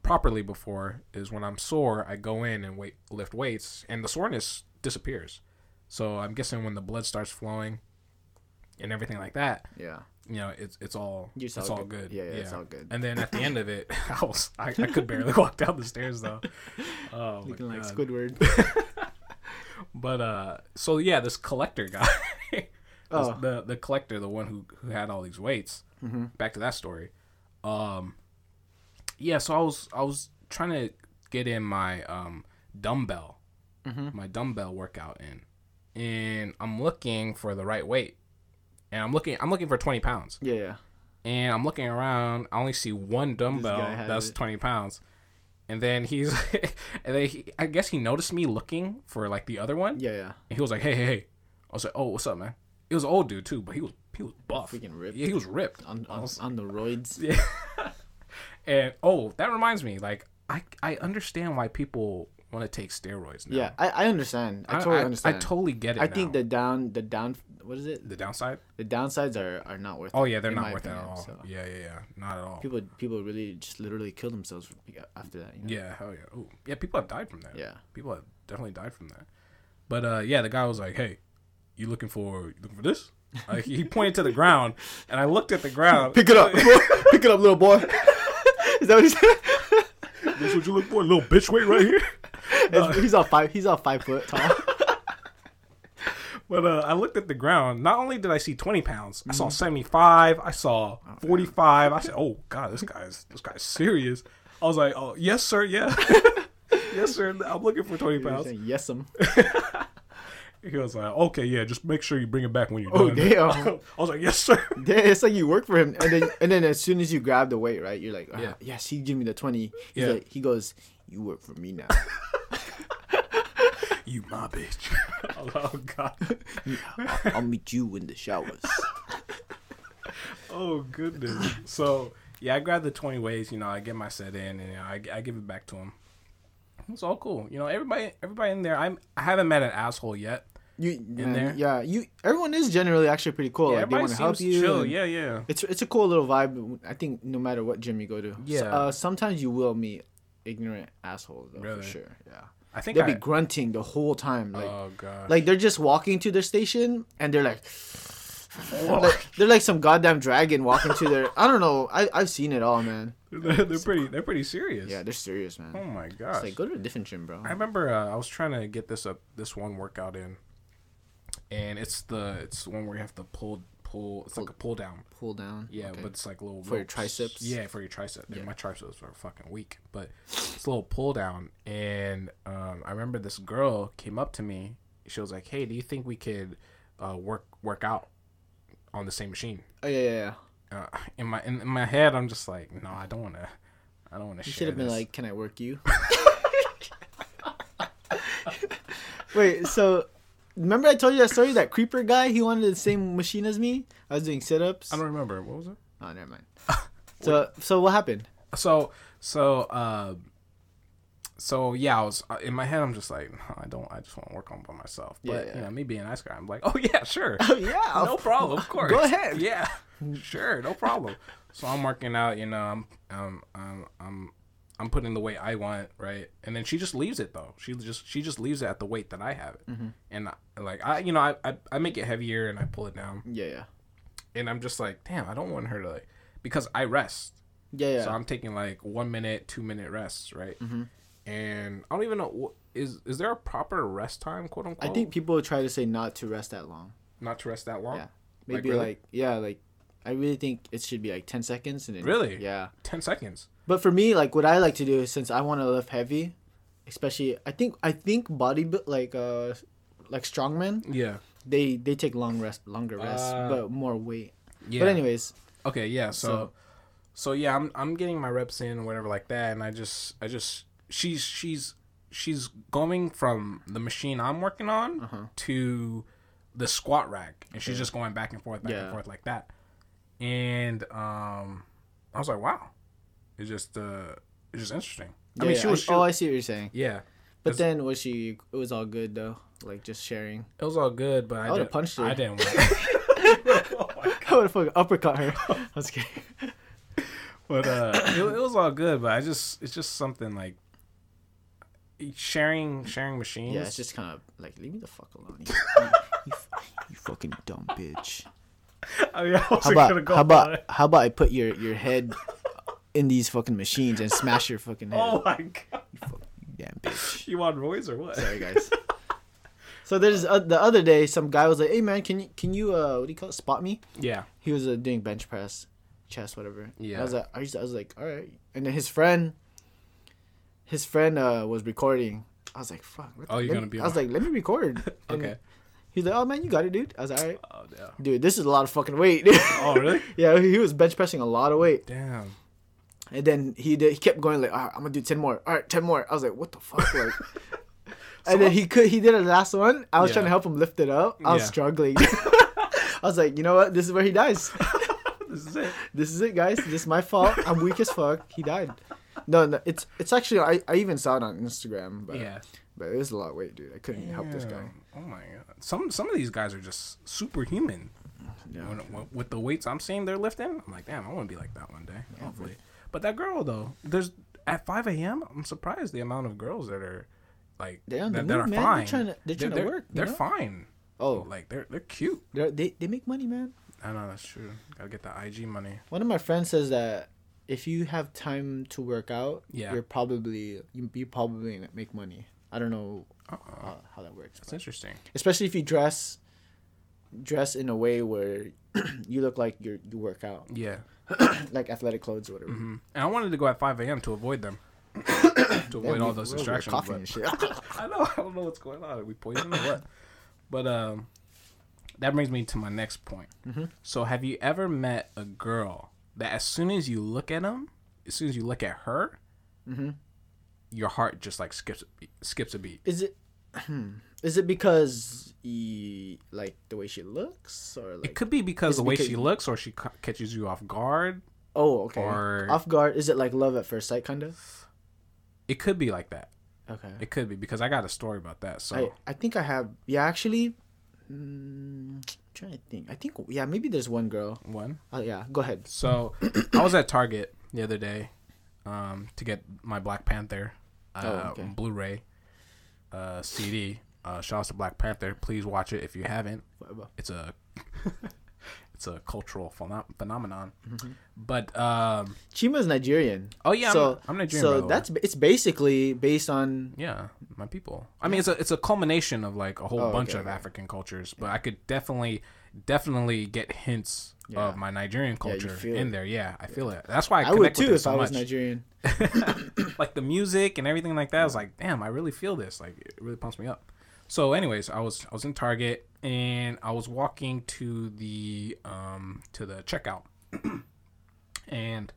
Speaker 2: properly before is when i'm sore i go in and wait lift weights and the soreness disappears so i'm guessing when the blood starts flowing and everything like that
Speaker 1: yeah.
Speaker 2: you know it's it's all
Speaker 1: You
Speaker 2: it's
Speaker 1: sound
Speaker 2: all good,
Speaker 1: good. Yeah, yeah, it's all good.
Speaker 2: and then at the end of it (laughs) i was i, I could
Speaker 1: (laughs)
Speaker 2: barely walk down the stairs though oh my
Speaker 1: Looking like
Speaker 2: God.
Speaker 1: Squidward. (laughs)
Speaker 2: But uh, so yeah, this collector guy, (laughs) this-
Speaker 1: Oh. Mm-hmm.
Speaker 2: the the collector, the one who who had all these weights. Back to that story. Um, yeah, so I was I was trying to get in my um dumbbell,
Speaker 1: Mm-hmm.
Speaker 2: my dumbbell workout in, and I'm looking for the right weight, and I'm looking I'm looking for 20 pounds,
Speaker 1: yeah, yeah.
Speaker 2: and I'm looking around. I only see one dumbbell
Speaker 1: guy has
Speaker 2: that's
Speaker 1: it.
Speaker 2: 20 pounds. And then he's, (laughs) and then he, I guess he noticed me looking for like the other one.
Speaker 1: Yeah, yeah.
Speaker 2: And he was like, "Hey, hey, hey!" I was like, "Oh, what's up, man?" It was an old dude too, but he was he was buff.
Speaker 1: Freaking ripped.
Speaker 2: Yeah, he was ripped.
Speaker 1: On,
Speaker 2: I
Speaker 1: on,
Speaker 2: was-
Speaker 1: on the roids.
Speaker 2: and oh, that reminds me, like I I understand why people want to take steroids. Now.
Speaker 1: Yeah, I, I understand. I
Speaker 2: I,
Speaker 1: totally
Speaker 2: I-
Speaker 1: understand.
Speaker 2: I totally get it.
Speaker 1: I think
Speaker 2: now.
Speaker 1: the down the down what is it?
Speaker 2: the downside.
Speaker 1: The downsides are, are not worth.
Speaker 2: Oh
Speaker 1: it,
Speaker 2: yeah, they're
Speaker 1: in
Speaker 2: not
Speaker 1: my
Speaker 2: worth it at
Speaker 1: opinion,
Speaker 2: all.
Speaker 1: so.
Speaker 2: Yeah, yeah, yeah, not at all.
Speaker 1: People people really just literally kill themselves after that. You know?
Speaker 2: yeah, hell yeah. Ooh. Yeah, people have died from that.
Speaker 1: Yeah.
Speaker 2: people have definitely died from that. But uh, yeah, the guy was like, "Hey, you looking for you looking for this?" Like he pointed to the ground, and I looked at the ground.
Speaker 1: (laughs) Pick it
Speaker 2: (laughs)
Speaker 1: up, boy. pick it up, little boy. (laughs) Is that what he said?
Speaker 2: That's what you look for, little bitch. Wait right here.
Speaker 1: It's- He's all five. He's all five foot tall.
Speaker 2: But uh, I looked at the ground. Not only did I see twenty pounds, I saw seventy five. I saw forty five. I said, "Oh God, this guy's this guy's serious." I was like, "Oh yes, sir, (laughs) yeah, yes, sir. I'm looking for twenty
Speaker 1: You're
Speaker 2: pounds."
Speaker 1: saying, yes, um.
Speaker 2: He was like, "Okay, yeah, just make sure you bring it back when you're
Speaker 1: Oh,
Speaker 2: done."
Speaker 1: damn.
Speaker 2: (laughs) I was like, "Yes, sir."
Speaker 1: Yeah, it's like you work for him, and
Speaker 2: (laughs)
Speaker 1: then and then as soon as you grab the weight, right? You're like, ah,
Speaker 2: Yeah.
Speaker 1: yes, he give me the twenty. He's
Speaker 2: Yeah.
Speaker 1: like, he goes, you work for me now.
Speaker 2: You my bitch. (laughs) I was like, oh God.
Speaker 1: I'll,
Speaker 2: (laughs)
Speaker 1: I'll meet you in the showers.
Speaker 2: Oh goodness. So yeah, I grab the twenty ways. You know, I get my set in, and you know, I, I give it back to him. It's all cool. You know, everybody everybody in there. I'm I haven't met an asshole yet.
Speaker 1: You man,
Speaker 2: there?
Speaker 1: yeah. You everyone is generally actually pretty cool.
Speaker 2: Yeah,
Speaker 1: like they
Speaker 2: everybody
Speaker 1: want to help
Speaker 2: seems
Speaker 1: you.
Speaker 2: chill.
Speaker 1: and-
Speaker 2: Yeah, yeah.
Speaker 1: It's it's a cool little vibe. I think no matter what gym you go to. S-
Speaker 2: Yeah.
Speaker 1: Uh, sometimes you will meet ignorant assholes though,
Speaker 2: Really?
Speaker 1: for sure. Yeah.
Speaker 2: I think
Speaker 1: They'll
Speaker 2: I.
Speaker 1: be grunting the whole time. Like
Speaker 2: oh god.
Speaker 1: like they're just walking to their station and they're like. like- they're like some goddamn dragon walking to their. I don't know. I I've seen it all, man.
Speaker 2: (laughs) they're, they're pretty. They're pretty serious.
Speaker 1: Yeah, they're serious, man.
Speaker 2: Oh my
Speaker 1: It's
Speaker 2: gosh.
Speaker 1: like go to a different gym, bro.
Speaker 2: I remember uh, I was trying to get this up this one workout in, and it's the it's the one where you have to pull pull. It's like a pull down.
Speaker 1: Pull down.
Speaker 2: Yeah,
Speaker 1: Okay.
Speaker 2: but it's like little
Speaker 1: For your
Speaker 2: ropes.
Speaker 1: triceps?
Speaker 2: Yeah, for your triceps. Yeah. My triceps are fucking weak, but it's a little pull down. And um, I remember this girl came up to me. She was like, "Hey, do you think we could uh, work work out on the same machine?"
Speaker 1: Oh yeah, yeah. yeah.
Speaker 2: Uh, in my in, in my head, I'm just like, "No, I don't want to. I don't want to."
Speaker 1: You should have been like, "Can I work
Speaker 2: (laughs)
Speaker 1: you?" Wait, so remember I told you that story? That creeper guy, he wanted the same machine as me. I was doing sit-ups.
Speaker 2: "I don't remember what was it."
Speaker 1: Oh, never
Speaker 2: (laughs)
Speaker 1: mind. so, so what happened?
Speaker 2: so so uh so yeah i was uh, in my head i'm just like "No, i don't i just want to work on by myself but
Speaker 1: Yeah.
Speaker 2: you know me being an ice guy i'm like (laughs) oh (laughs) yeah sure
Speaker 1: Oh yeah,
Speaker 2: no problem of course
Speaker 1: Go ahead. (laughs)
Speaker 2: yeah sure no problem so i'm working out you know i'm um i'm i'm i'm putting the weight i want right and then she just leaves it though she just she just leaves it at the weight that i have it
Speaker 1: Mm-hmm.
Speaker 2: and I, like i you know I, I i make it heavier and i pull it down
Speaker 1: yeah, yeah,
Speaker 2: and i'm just like damn i don't want her to like because i rest
Speaker 1: yeah, yeah. Mm-hmm.
Speaker 2: so I'm taking like one minute, two minute rests, right? And I don't even know wh- is is there a proper rest time, quote
Speaker 1: I
Speaker 2: unquote?
Speaker 1: think people try to say not to rest that long.
Speaker 2: not to rest that long.
Speaker 1: Yeah, maybe like,
Speaker 2: really?
Speaker 1: yeah, like I really think it should be like ten seconds and then
Speaker 2: Really?
Speaker 1: yeah.
Speaker 2: Ten seconds.
Speaker 1: But for me, like what I like to do is since I want to lift heavy, especially I think I think body bu- like uh like strongmen
Speaker 2: Yeah.
Speaker 1: they they take long rest longer rests
Speaker 2: Ah.
Speaker 1: but more weight.
Speaker 2: Yeah.
Speaker 1: But anyways,
Speaker 2: Okay, yeah. So, so,
Speaker 1: So-
Speaker 2: yeah, I'm I'm getting my reps in and whatever like that, and I just I just she's she's she's going from the machine I'm working on
Speaker 1: Uh-huh.
Speaker 2: to the squat rack, and she's just going back and forth, back
Speaker 1: Yeah.
Speaker 2: and forth like that. And um, I was like, wow, it's just uh, it's just interesting. I
Speaker 1: Yeah,
Speaker 2: mean,
Speaker 1: yeah,
Speaker 2: she was, she
Speaker 1: oh,
Speaker 2: was
Speaker 1: I see what you're saying.
Speaker 2: yeah,
Speaker 1: But then was she? It was all good though. Like just
Speaker 2: (laughs)
Speaker 1: sharing.
Speaker 2: it was all good, but I,
Speaker 1: would've
Speaker 2: didn't,
Speaker 1: punched her.
Speaker 2: I
Speaker 1: (laughs)
Speaker 2: didn't. want- Oh (laughs) my
Speaker 1: I would have fucking uppercut (laughs) her. I was kidding.
Speaker 2: but uh, it, it was all good. But I just, it's just something like sharing, sharing machines.
Speaker 1: Yeah,
Speaker 2: (laughs)
Speaker 1: it's just kind of like leave me the fuck alone. You, you, you fucking dumb
Speaker 2: (laughs)
Speaker 1: bitch.
Speaker 2: I mean, I
Speaker 1: How
Speaker 2: wasn't
Speaker 1: about
Speaker 2: gonna go
Speaker 1: how
Speaker 2: for
Speaker 1: about
Speaker 2: it.
Speaker 1: how about I put your your head in these fucking machines and smash your fucking head?
Speaker 2: Oh my god,
Speaker 1: Damn bitch.
Speaker 2: you want Roy's or what?
Speaker 1: Sorry, guys. so there's uh, the other day, some guy was like, "Hey man, can you can you uh what do you call it? Spot me?"
Speaker 2: Yeah,
Speaker 1: He was uh, doing bench press, chest, whatever. And
Speaker 2: Yeah.
Speaker 1: I was like, I was, I was like, all right. And then his friend, his friend uh was recording. I was like, fuck. what
Speaker 2: Oh,
Speaker 1: the-
Speaker 2: you're
Speaker 1: let
Speaker 2: gonna
Speaker 1: me-
Speaker 2: be
Speaker 1: I was
Speaker 2: on- (laughs)
Speaker 1: like, let me record. And
Speaker 2: Okay.
Speaker 1: He's like, oh man, you got it, dude. I was like, all right,
Speaker 2: Oh yeah.
Speaker 1: dude, this is a lot of fucking weight. (laughs) dude."
Speaker 2: Oh really?
Speaker 1: yeah, he was bench pressing a lot of weight,
Speaker 2: Damn.
Speaker 1: and then he did, he kept going like, all right, I'm gonna do ten more. All right, ten more. I was like, what the fuck,
Speaker 2: (laughs)
Speaker 1: like. and then he could he did a last one. I was
Speaker 2: Yeah.
Speaker 1: trying to help him lift it up. I was
Speaker 2: Yeah. (laughs)
Speaker 1: struggling. I was like, you know what? This is where he dies.
Speaker 2: This is it.
Speaker 1: this is it, guys. This is my fault. I'm weak as fuck. He died. No, no, it's it's actually I, I even saw it on Instagram, but
Speaker 2: Yeah.
Speaker 1: but it was a lot of weight, dude. I couldn't help this guy.
Speaker 2: Damn. Oh my god. Some some of these guys are just superhuman.
Speaker 1: Yeah.
Speaker 2: When- when- with the weights I'm seeing they're lifting, I'm like, damn, I want to be like that one day. Hopefully. But that girl though, there's at 5 a.m. I'm surprised the amount of girls that are like
Speaker 1: They're
Speaker 2: that,
Speaker 1: on the
Speaker 2: that are
Speaker 1: move, man. They're
Speaker 2: fine.
Speaker 1: trying to- they're trying to work, you
Speaker 2: They're
Speaker 1: know?
Speaker 2: fine.
Speaker 1: Oh,
Speaker 2: Like they're they're cute.
Speaker 1: they're- they they make money, man.
Speaker 2: I know that's true. Gotta get the IG money.
Speaker 1: One of my friends says that if you have time to work out,
Speaker 2: Yeah.
Speaker 1: you're probably you, you probably make money. I don't know
Speaker 2: Oh,
Speaker 1: uh, how that works,
Speaker 2: that's
Speaker 1: but-
Speaker 2: interesting.
Speaker 1: especially if you dress dress in a way where (clears throat) you look like you you work out,
Speaker 2: Yeah.
Speaker 1: like athletic clothes or whatever.
Speaker 2: Mhm. And I wanted to go at 5 a.m. to avoid them, (coughs) to
Speaker 1: Damn,
Speaker 2: avoid all
Speaker 1: we-
Speaker 2: those
Speaker 1: we're- we're
Speaker 2: distractions.
Speaker 1: coughing
Speaker 2: but-
Speaker 1: and shit. (laughs)
Speaker 2: I know. (laughs) I don't know what's going on. Are we poisoned or what? But um, that brings me to my next point.
Speaker 1: Mm-hmm.
Speaker 2: So, have you ever met a girl that, as soon as you look at them, as soon as you look at her,
Speaker 1: Mm-hmm.
Speaker 2: your heart just like skips a beat- skips a beat?
Speaker 1: Is it? (clears throat) Is it because he, like the way she looks, or
Speaker 2: It
Speaker 1: like
Speaker 2: could be because
Speaker 1: Is it
Speaker 2: the way
Speaker 1: because
Speaker 2: she
Speaker 1: you-
Speaker 2: looks, or she ca- catches you off guard.
Speaker 1: oh okay
Speaker 2: or-
Speaker 1: off guard? Is it like love at first sight kind of?
Speaker 2: It could be like that.
Speaker 1: Okay,
Speaker 2: It could be because I got a story about that. So
Speaker 1: I I think I have yeah actually. Mm, trying to think, I think yeah maybe there's one girl.
Speaker 2: one.
Speaker 1: Oh yeah, go ahead.
Speaker 2: So I was at Target the other day um, to get my Black Panther uh,
Speaker 1: Oh, okay.
Speaker 2: Blu-ray uh, CD. Uh, shout out to Black Panther. Please watch it if you haven't.
Speaker 1: Whatever.
Speaker 2: It's a (laughs) it's a cultural pheno- phenomenon. But um,
Speaker 1: Chima's Nigerian.
Speaker 2: oh yeah, I'm-
Speaker 1: Mm-hmm. so
Speaker 2: I'm, Nigerian. by
Speaker 1: so
Speaker 2: the way.
Speaker 1: that's it's basically based on
Speaker 2: yeah, my people. I mean, it's a it's a culmination of like a whole
Speaker 1: Oh,
Speaker 2: bunch
Speaker 1: okay,
Speaker 2: of
Speaker 1: okay.
Speaker 2: African cultures. But I could definitely definitely get hints
Speaker 1: Yeah.
Speaker 2: of my Nigerian
Speaker 1: you
Speaker 2: culture
Speaker 1: feel
Speaker 2: in
Speaker 1: it.
Speaker 2: there. Yeah, I feel it. That's why I,
Speaker 1: I would
Speaker 2: connect with
Speaker 1: too
Speaker 2: it
Speaker 1: if
Speaker 2: so
Speaker 1: I was
Speaker 2: much.
Speaker 1: Nigerian. (laughs)
Speaker 2: like the music and everything like that. I was like, damn, I really feel this. Like it really pumps me up. So, anyways, I was I was in Target and I was walking to the um to the checkout, (clears throat) and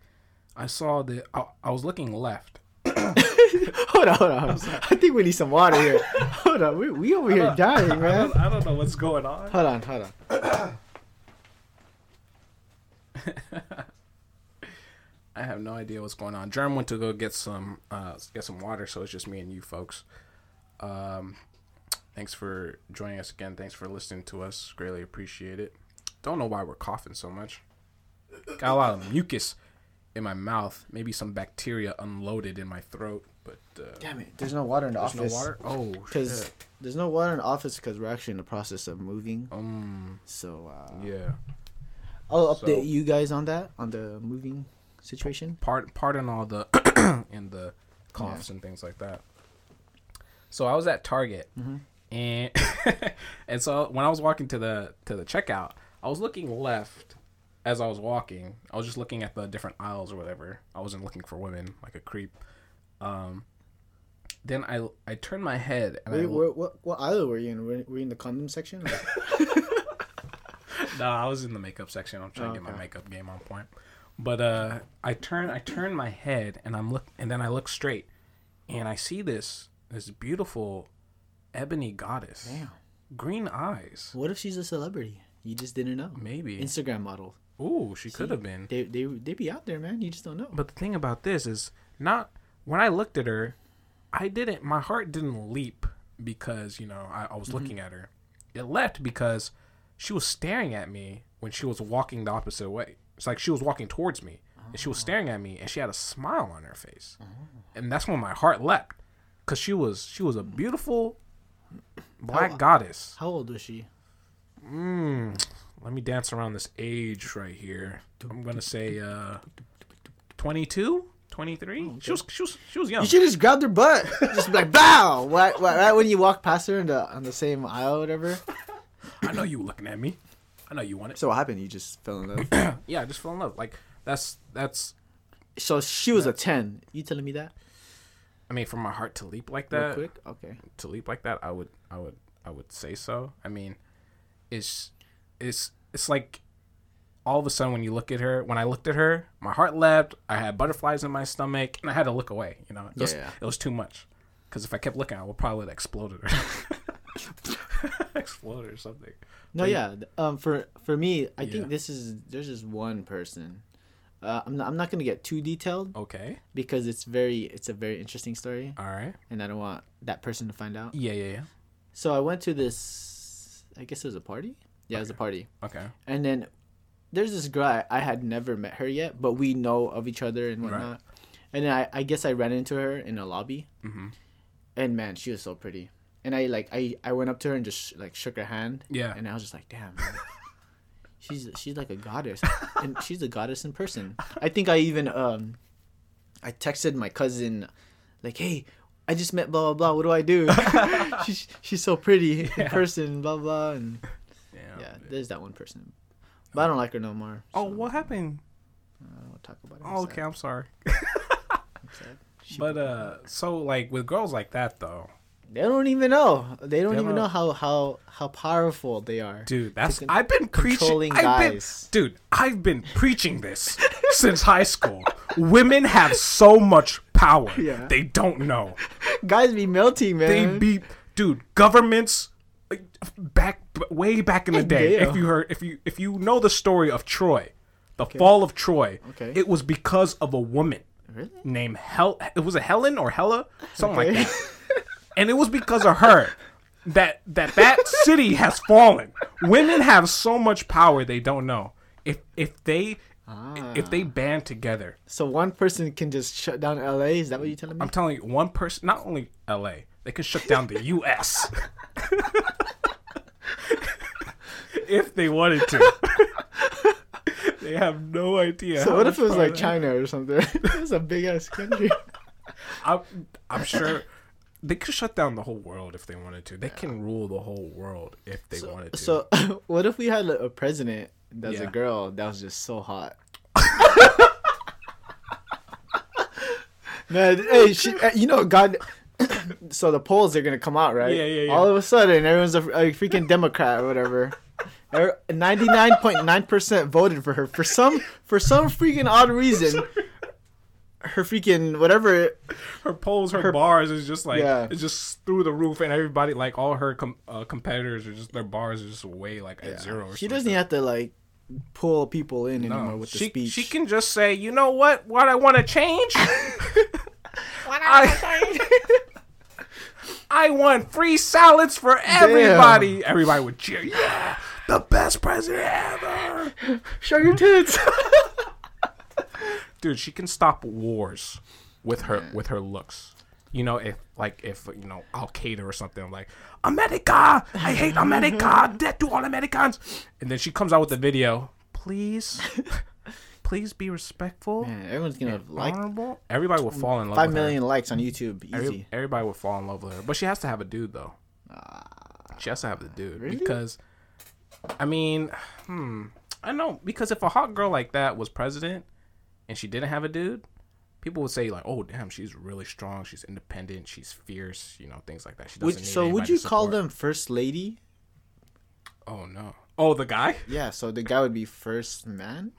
Speaker 2: I saw that I, I was looking left.
Speaker 1: Hold on, hold on. hold on. I think we need some water
Speaker 2: (laughs)
Speaker 1: here. hold on, we we over here dying,
Speaker 2: I
Speaker 1: man.
Speaker 2: don't, I don't know what's going on.
Speaker 1: Hold on, hold on.
Speaker 2: I have no idea what's going on. Germ went to go get some uh, get some water, so it's just me and you folks. Um, thanks for joining us again. Thanks for listening to us. Greatly appreciate it. Don't know why we're coughing so much. Got a lot of mucus in my mouth. Maybe some bacteria unloaded in my throat. But uh,
Speaker 1: Damn it, there's no water in the
Speaker 2: there's no
Speaker 1: office.
Speaker 2: water. Oh,
Speaker 1: Because
Speaker 2: shit.
Speaker 1: there's no water in the office because we're actually in the process of moving.
Speaker 2: Um,
Speaker 1: So uh,
Speaker 2: yeah.
Speaker 1: I'll update
Speaker 2: So-
Speaker 1: you guys on that on the moving situation.
Speaker 2: part pardon all the (clears throat) and the coughs and things like that. So I was at Target,
Speaker 1: Mm-hmm.
Speaker 2: and (laughs) and so when I was walking to the to the checkout, I was looking left as I was walking. I was just looking at the different aisles or whatever. I wasn't looking for women like a creep. Um, then I I turned my head and I
Speaker 1: Wait,
Speaker 2: lo-
Speaker 1: where, what what aisle were you in? Were, were you in the condom section? Like,
Speaker 2: no, I was in the makeup section. I'm trying to get my
Speaker 1: Okay.
Speaker 2: makeup game on point. But uh, I turn, I turn my head, and I'm look, and then I look straight, and I see this this beautiful ebony goddess,
Speaker 1: damn.
Speaker 2: green eyes,
Speaker 1: (laughs) What if she's a celebrity? You just didn't know.
Speaker 2: maybe.
Speaker 1: Instagram model.
Speaker 2: Ooh, she could have been.
Speaker 1: They they they be out there, man. You just don't know.
Speaker 2: But the thing about this is not when I looked at her, I didn't. My heart didn't leap because you know I, I was looking at her. It leapt because she was staring at me when she was walking the opposite way. It's like she was walking towards me and she was staring at me and she had a smile on her face, and that's when my heart leapt because she was she was a beautiful black goddess.
Speaker 1: How old was she?
Speaker 2: Mm, let me dance around this age right here. I'm gonna say uh, 22, 23. She was she was she was young.
Speaker 1: You should just grabbed her butt. (laughs) just be like bow. Right, right, right when you walk past her in the on the same aisle, or whatever.
Speaker 2: I know you were looking at me. I know you want it.
Speaker 1: So what happened? You just fell in love.
Speaker 2: Yeah, I just fell in love. Like that's that's.
Speaker 1: (coughs) so she was a ten. You telling me that?
Speaker 2: I mean, for my heart to leap like
Speaker 1: Real
Speaker 2: that,
Speaker 1: quick. Okay.
Speaker 2: to leap like that, I would I would I would say so. I mean, is is it's like all of a sudden when you look at her when i looked at her my heart leapt i had butterflies in my stomach and i had to look away you know it was,
Speaker 1: Yeah.
Speaker 2: it was too much because if i kept looking i would probably have exploded her (laughs) exploded or something
Speaker 1: No,
Speaker 2: Like-
Speaker 1: yeah. th- Um, for for me, I
Speaker 2: Yeah.
Speaker 1: think this is there's just one person. Uh, I'm not, I'm not gonna get too detailed
Speaker 2: okay
Speaker 1: because it's very it's a very interesting story,
Speaker 2: all right
Speaker 1: and I don't want that person to find out.
Speaker 2: yeah yeah yeah
Speaker 1: So I went to this. I guess it was a party. Yeah, it was a party.
Speaker 2: okay
Speaker 1: And then there's this guy I had never met her yet, but we know of each other and
Speaker 2: Right.
Speaker 1: whatnot. And then I, I guess I ran into her in a lobby,
Speaker 2: Mhm.
Speaker 1: and man, she was so pretty. And I like I, I went up to her and just sh- like shook her hand,
Speaker 2: yeah
Speaker 1: and I was just like, damn,
Speaker 2: (laughs)
Speaker 1: man. she's she's like a goddess, and she's a goddess in person. I think I even um, I texted my cousin, like, hey, I just met blah blah blah. What do I
Speaker 2: (laughs)
Speaker 1: do? she's she's so pretty in person, blah blah, and
Speaker 2: yeah,
Speaker 1: yeah, there's that one person, but I don't like her no more.
Speaker 2: oh
Speaker 1: so
Speaker 2: what happened
Speaker 1: I don't want to talk about it.
Speaker 2: oh,
Speaker 1: I'm
Speaker 2: okay
Speaker 1: sad.
Speaker 2: i'm sorry
Speaker 1: I'm sad. She-
Speaker 2: but uh so like with girls like that though
Speaker 1: they don't even know. They don't
Speaker 2: They
Speaker 1: even
Speaker 2: don't-
Speaker 1: know how how how powerful they are.
Speaker 2: dude that's
Speaker 1: con-
Speaker 2: i've been preaching
Speaker 1: controlling
Speaker 2: I've been,
Speaker 1: guys.
Speaker 2: dude i've been preaching this since high school women have so much power
Speaker 1: (laughs) Yeah.
Speaker 2: they don't know
Speaker 1: Guys be melting, man.
Speaker 2: they be dude governments like, back way back in the day
Speaker 1: Damn.
Speaker 2: if you heard if you if you know the story of troy the fall of troy
Speaker 1: Okay.
Speaker 2: it was because of a woman
Speaker 1: Really?
Speaker 2: named hel it was a helen or hella something
Speaker 1: Okay.
Speaker 2: like that and it was because of her that
Speaker 1: (laughs)
Speaker 2: that that city has fallen. Women have so much power they don't know. If if they if
Speaker 1: Ah.
Speaker 2: they band together,
Speaker 1: So one person can just shut down LA. Is that what you're telling me?
Speaker 2: I'm telling you, one person, not only L.A., they can shut
Speaker 1: (laughs)
Speaker 2: down the U.S. if they wanted to. (laughs) they have no idea.
Speaker 1: so
Speaker 2: how
Speaker 1: what if it
Speaker 2: much
Speaker 1: was
Speaker 2: power
Speaker 1: like
Speaker 2: they have.
Speaker 1: China or something? (laughs) it's a big ass (laughs) country.
Speaker 2: I'm, I'm sure they could shut down the whole world if they wanted to. They can rule the whole world if they wanted to.
Speaker 1: so (laughs) what if we had a a president that was
Speaker 2: Yeah.
Speaker 1: a girl that was just so
Speaker 2: (laughs)
Speaker 1: hot? Man, hey, she, uh, you know, God. (coughs) so the polls are gonna come out, right?
Speaker 2: Yeah, yeah, yeah.
Speaker 1: All of a sudden, everyone's a, a freaking Democrat or whatever. Er, Ninety-nine point nine percent voted for her for some for some freaking odd
Speaker 2: (laughs)
Speaker 1: reason. Her freaking whatever
Speaker 2: her polls, her, bars is just like
Speaker 1: Yeah.
Speaker 2: it's just through the roof, and everybody like all her com- uh, competitors are just their bars are just way like at zero. Or
Speaker 1: She
Speaker 2: something.
Speaker 1: doesn't have to like pull people in anymore
Speaker 2: No,
Speaker 1: with the
Speaker 2: Oh, she
Speaker 1: speech.
Speaker 2: she can just say, you know what, what I want to change. I, (laughs) I want free salads for everybody. Everybody would cheer. Yeah, the best president ever.
Speaker 1: show your tits.
Speaker 2: dude she can stop wars with her with her looks you know if like if you know al-qaeda or something like america i hate
Speaker 1: (laughs)
Speaker 2: america death to all americans and then she comes out with a video please please be
Speaker 1: (laughs)
Speaker 2: respectful
Speaker 1: Man, everyone's gonna like
Speaker 2: honorable everybody will fall in love
Speaker 1: five
Speaker 2: with
Speaker 1: million likes on YouTube easy. Ah.
Speaker 2: her Every- everybody will fall in love with her but she has to have a dude though she has to have the dude because i mean hmm i know because if a hot girl like that was president and she didn't have a dude, people would say like, "Oh, damn, she's really strong. She's independent. She's fierce. You know, things like that." She doesn't
Speaker 1: Would,
Speaker 2: need
Speaker 1: so would
Speaker 2: anybody
Speaker 1: you
Speaker 2: to
Speaker 1: call
Speaker 2: support."
Speaker 1: them first lady?
Speaker 2: Oh no. Oh, the guy.
Speaker 1: Yeah, so the guy would be first (laughs) man.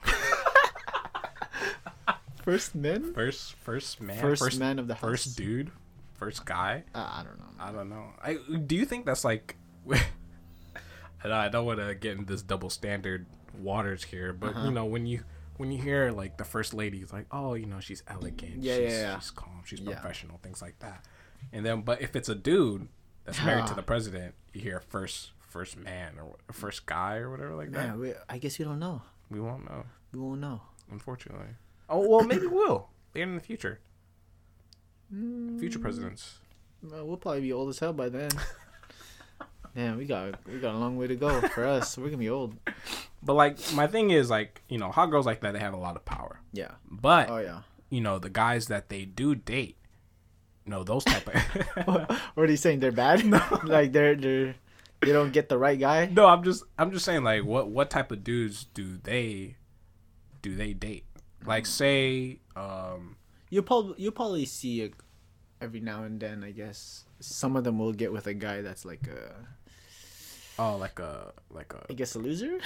Speaker 1: first man.
Speaker 2: First, first man.
Speaker 1: First, man of the house.
Speaker 2: First dude. First guy.
Speaker 1: Uh, I don't know.
Speaker 2: I don't know. I do you think that's like? (laughs) And I don't want to get in this double standard waters here, but
Speaker 1: Uh-huh.
Speaker 2: you know when you when you hear like the first lady, it's like, oh, you know, she's elegant,
Speaker 1: Yeah,
Speaker 2: she's,
Speaker 1: yeah, yeah.
Speaker 2: she's calm, she's professional, things like that. And then, but if it's a dude that's
Speaker 1: (sighs)
Speaker 2: married to the president, you hear first first man or wha- first guy or whatever like that.
Speaker 1: Yeah, we, I guess we don't know.
Speaker 2: We won't know,
Speaker 1: We won't know.
Speaker 2: unfortunately. Oh well, (coughs) maybe we'll later in the future.
Speaker 1: Mm.
Speaker 2: Future presidents.
Speaker 1: Well, we'll probably be old as hell by (laughs) then. Damn, we got we got a long way to go for us. We're gonna be old.
Speaker 2: But like my thing is like you know hot girls like that they have a lot of power.
Speaker 1: Yeah.
Speaker 2: But
Speaker 1: Oh yeah.
Speaker 2: you know the guys that they do date, you know those type of. (laughs)
Speaker 1: What are you saying? They're bad? (laughs) like they're they're they don't get the right guy?
Speaker 2: no, I'm just I'm just saying like what what type of dudes do they do they date?
Speaker 1: Mm.
Speaker 2: Like say um
Speaker 1: You'll probably you'll probably see a, every now and then, I guess. Some of them will get with a guy that's like a
Speaker 2: Oh, like a like a
Speaker 1: I guess a loser.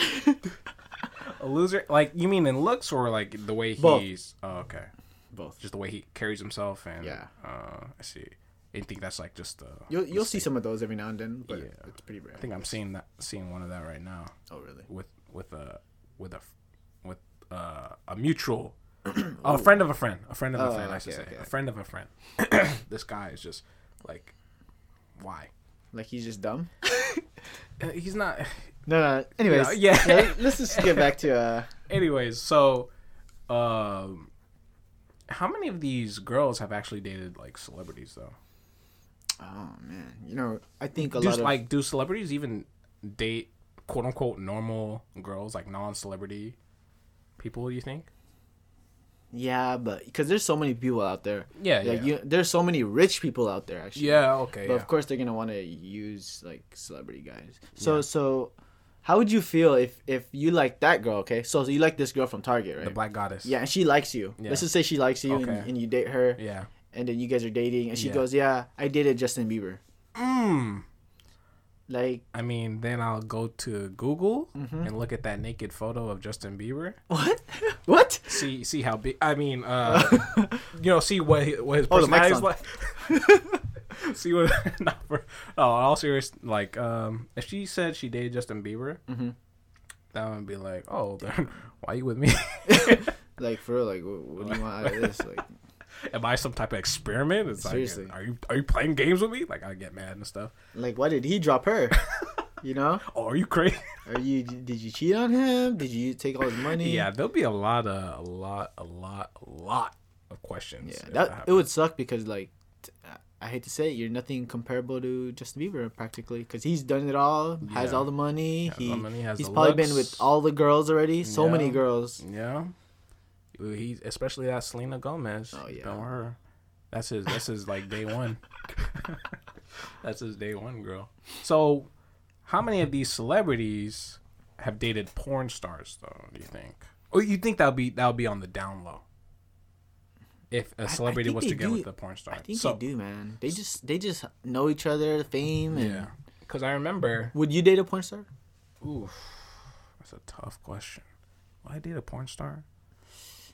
Speaker 2: a loser. Like you mean in looks or like the way
Speaker 1: Both.
Speaker 2: he's? Oh, okay.
Speaker 1: (laughs) Both.
Speaker 2: Just the way he carries himself and
Speaker 1: Yeah.
Speaker 2: Uh, I see. I think that's like just uh
Speaker 1: You'll you'll see some of those every now and then, but
Speaker 2: Yeah.
Speaker 1: it's pretty rare.
Speaker 2: I think I'm seeing that seeing one of that right now
Speaker 1: oh really?
Speaker 2: with with a with a with uh, a mutual a friend of a friend a friend of a
Speaker 1: Oh,
Speaker 2: friend I should
Speaker 1: okay,
Speaker 2: say
Speaker 1: okay,
Speaker 2: a friend of a friend. (coughs) this guy is just like why
Speaker 1: Like he's just dumb.
Speaker 2: Uh, he's not.
Speaker 1: (laughs)
Speaker 2: (sighs)
Speaker 1: No, no. Anyways,
Speaker 2: No, yeah.
Speaker 1: let's just get back to (laughs) uh.
Speaker 2: Anyways, so um, how many of these girls have actually dated like celebrities though?
Speaker 1: Oh man, you know I think a
Speaker 2: do,
Speaker 1: lot of
Speaker 2: like do celebrities even date quote unquote normal girls like non-celebrity people you think
Speaker 1: yeah, but because there's so many people out there.
Speaker 2: yeah
Speaker 1: Like you, there's so many rich people out there actually.
Speaker 2: yeah okay
Speaker 1: But of course they're gonna want to use like celebrity guys. So so, how would you feel if if you like that girl? Okay, so, you like this girl from Target, right?
Speaker 2: the black goddess
Speaker 1: yeah, and she likes you.
Speaker 2: Yeah.
Speaker 1: Let's just say she likes you,
Speaker 2: Okay.
Speaker 1: and, and you date her,
Speaker 2: yeah
Speaker 1: and then you guys are dating, and she
Speaker 2: Yeah.
Speaker 1: goes, "Yeah, I dated Justin Bieber."
Speaker 2: mm.
Speaker 1: Like, (laughs)
Speaker 2: i mean then i'll go to google
Speaker 1: Mm-hmm.
Speaker 2: and look at that naked photo of justin bieber
Speaker 1: (laughs) what? what? (laughs)
Speaker 2: see see how big i mean uh you know see what hi- what his
Speaker 1: Oh, the mic's
Speaker 2: personality is like (laughs) see what not for oh in all serious like um if she said she dated justin bieber
Speaker 1: Mhm.
Speaker 2: that would be like oh (laughs) then why you with me (laughs)
Speaker 1: Like for real? Like, what, what do you want out of (laughs) this? Like,
Speaker 2: am i some type of experiment it's
Speaker 1: Seriously.
Speaker 2: like are you are you playing games with me like i get mad and stuff
Speaker 1: like why did he drop (laughs) her? You know?
Speaker 2: oh are you crazy
Speaker 1: Are you? Did you cheat on him? Did you take all his money?
Speaker 2: yeah there'll be a lot of a lot a lot a lot of questions
Speaker 1: Yeah,
Speaker 2: if
Speaker 1: that it
Speaker 2: happens.
Speaker 1: would suck because like, t- I hate to say it, you're nothing comparable to Justin Bieber practically because he's done it all, has
Speaker 2: Yeah.
Speaker 1: all the money.
Speaker 2: Has all
Speaker 1: he
Speaker 2: the money, has
Speaker 1: he's
Speaker 2: the
Speaker 1: probably been
Speaker 2: looks.
Speaker 1: with all the girls already. So many
Speaker 2: Yeah.
Speaker 1: girls.
Speaker 2: Yeah. Well, He especially that Selena Gomez.
Speaker 1: Oh, yeah.
Speaker 2: Don't her. That's his that's his like
Speaker 1: (laughs)
Speaker 2: day one. that's his day one girl. So how many of these celebrities have dated porn stars though, do you think? Or you think that'll be that'll be on the down low? If a celebrity
Speaker 1: think
Speaker 2: was to
Speaker 1: they
Speaker 2: get
Speaker 1: do-
Speaker 2: with a porn star.
Speaker 1: I think
Speaker 2: so,
Speaker 1: they do, man. They just they just know each other, fame. And...
Speaker 2: Yeah. Cause I remember
Speaker 1: Would you date a porn star?
Speaker 2: ooh that's a tough question. Would I date a porn star?